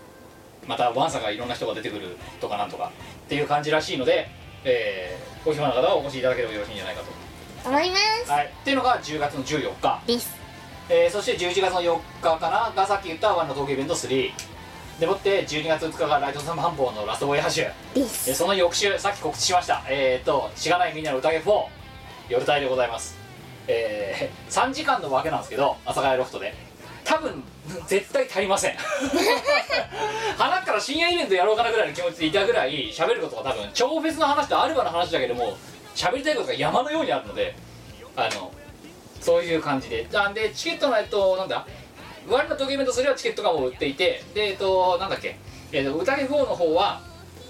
またワンサがいろんな人が出てくるとかなんとかっていう感じらしいので、えー、お暇な方はお越しいただければよろしいんじゃないかと、
思います
はい、っていうのが10月の14日、
です
えーそして11月の4日かながさっき言ったワンのトークイベント3でもって12月2日がライトサムハンボーのラストボヤージュ
で
ですその翌週さっき告知しましたえー、っと「しがないみんなの宴4」夜帯でございますえー、3時 [LAUGHS] 間のわけなんですけど阿佐ヶ谷ロフトで多分絶対足りません [LAUGHS] 花から深夜イベントやろうかなぐらいの気持ちでいたぐらい喋ることが多分超フェスの話とアルバの話だけども喋りたいことが山のようにあるのであのそういう感じでなんでチケットのえっとなんだ我のドキュメントすればチケットがもう売っていてでえっとなんだっけえっと歌い4の方は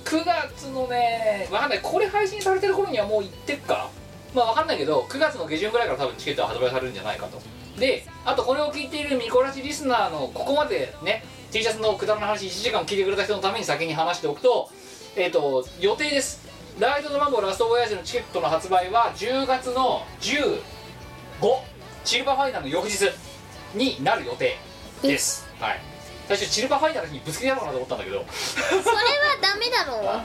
9月のねわかんないこれ配信されてる頃にはもう行ってっかまあわかんないけど9月の下旬ぐらいから多分チケットは発売されるんじゃないかとであとこれを聞いているミコラジリスナーのここまでね T シャツのくだらない話1時間聞いてくれた人のために先に話しておくとえっ、と予定ですライトドマンボラストオヤジのチケットの発売は10月の15シルバーファイナルの翌日になる予定ですはい最初シルバーファイナルにぶつけやろうかなと思ったんだけど
それはダメだろ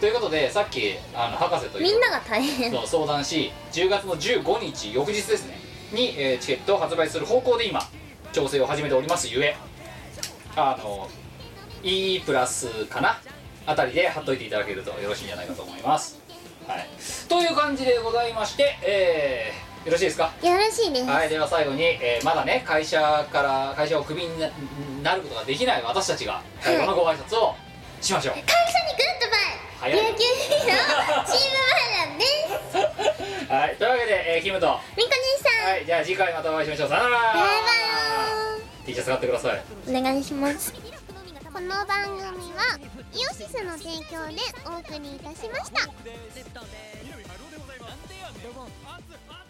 ということでさっきあの博士と
うみん
い
なが大変
う相談し10月の15日翌日ですねに、えーチケットを発売する方向で今調整を始めておりますゆえあの E プラスかなあたりで貼っといていただけるとよろしいんじゃないかと思います、はい、という感じでございまして、えーよろしいですか
よろしいです
はいでは最後に、えーまだね会社から会社をクビにななることができない私たちが最後のご挨拶をしましょう
会社にグッドバイ
早い
琉球のチームバーランです
はい、というわけで、えーキムと、は
みこ兄さん、
い、じゃあ次回またお会いしましょう。さよなら
バイバイ
T シャツ買ってください。
お願いしますこの番組はイオシスの提供でお送りいたしました
ドボンアツアツ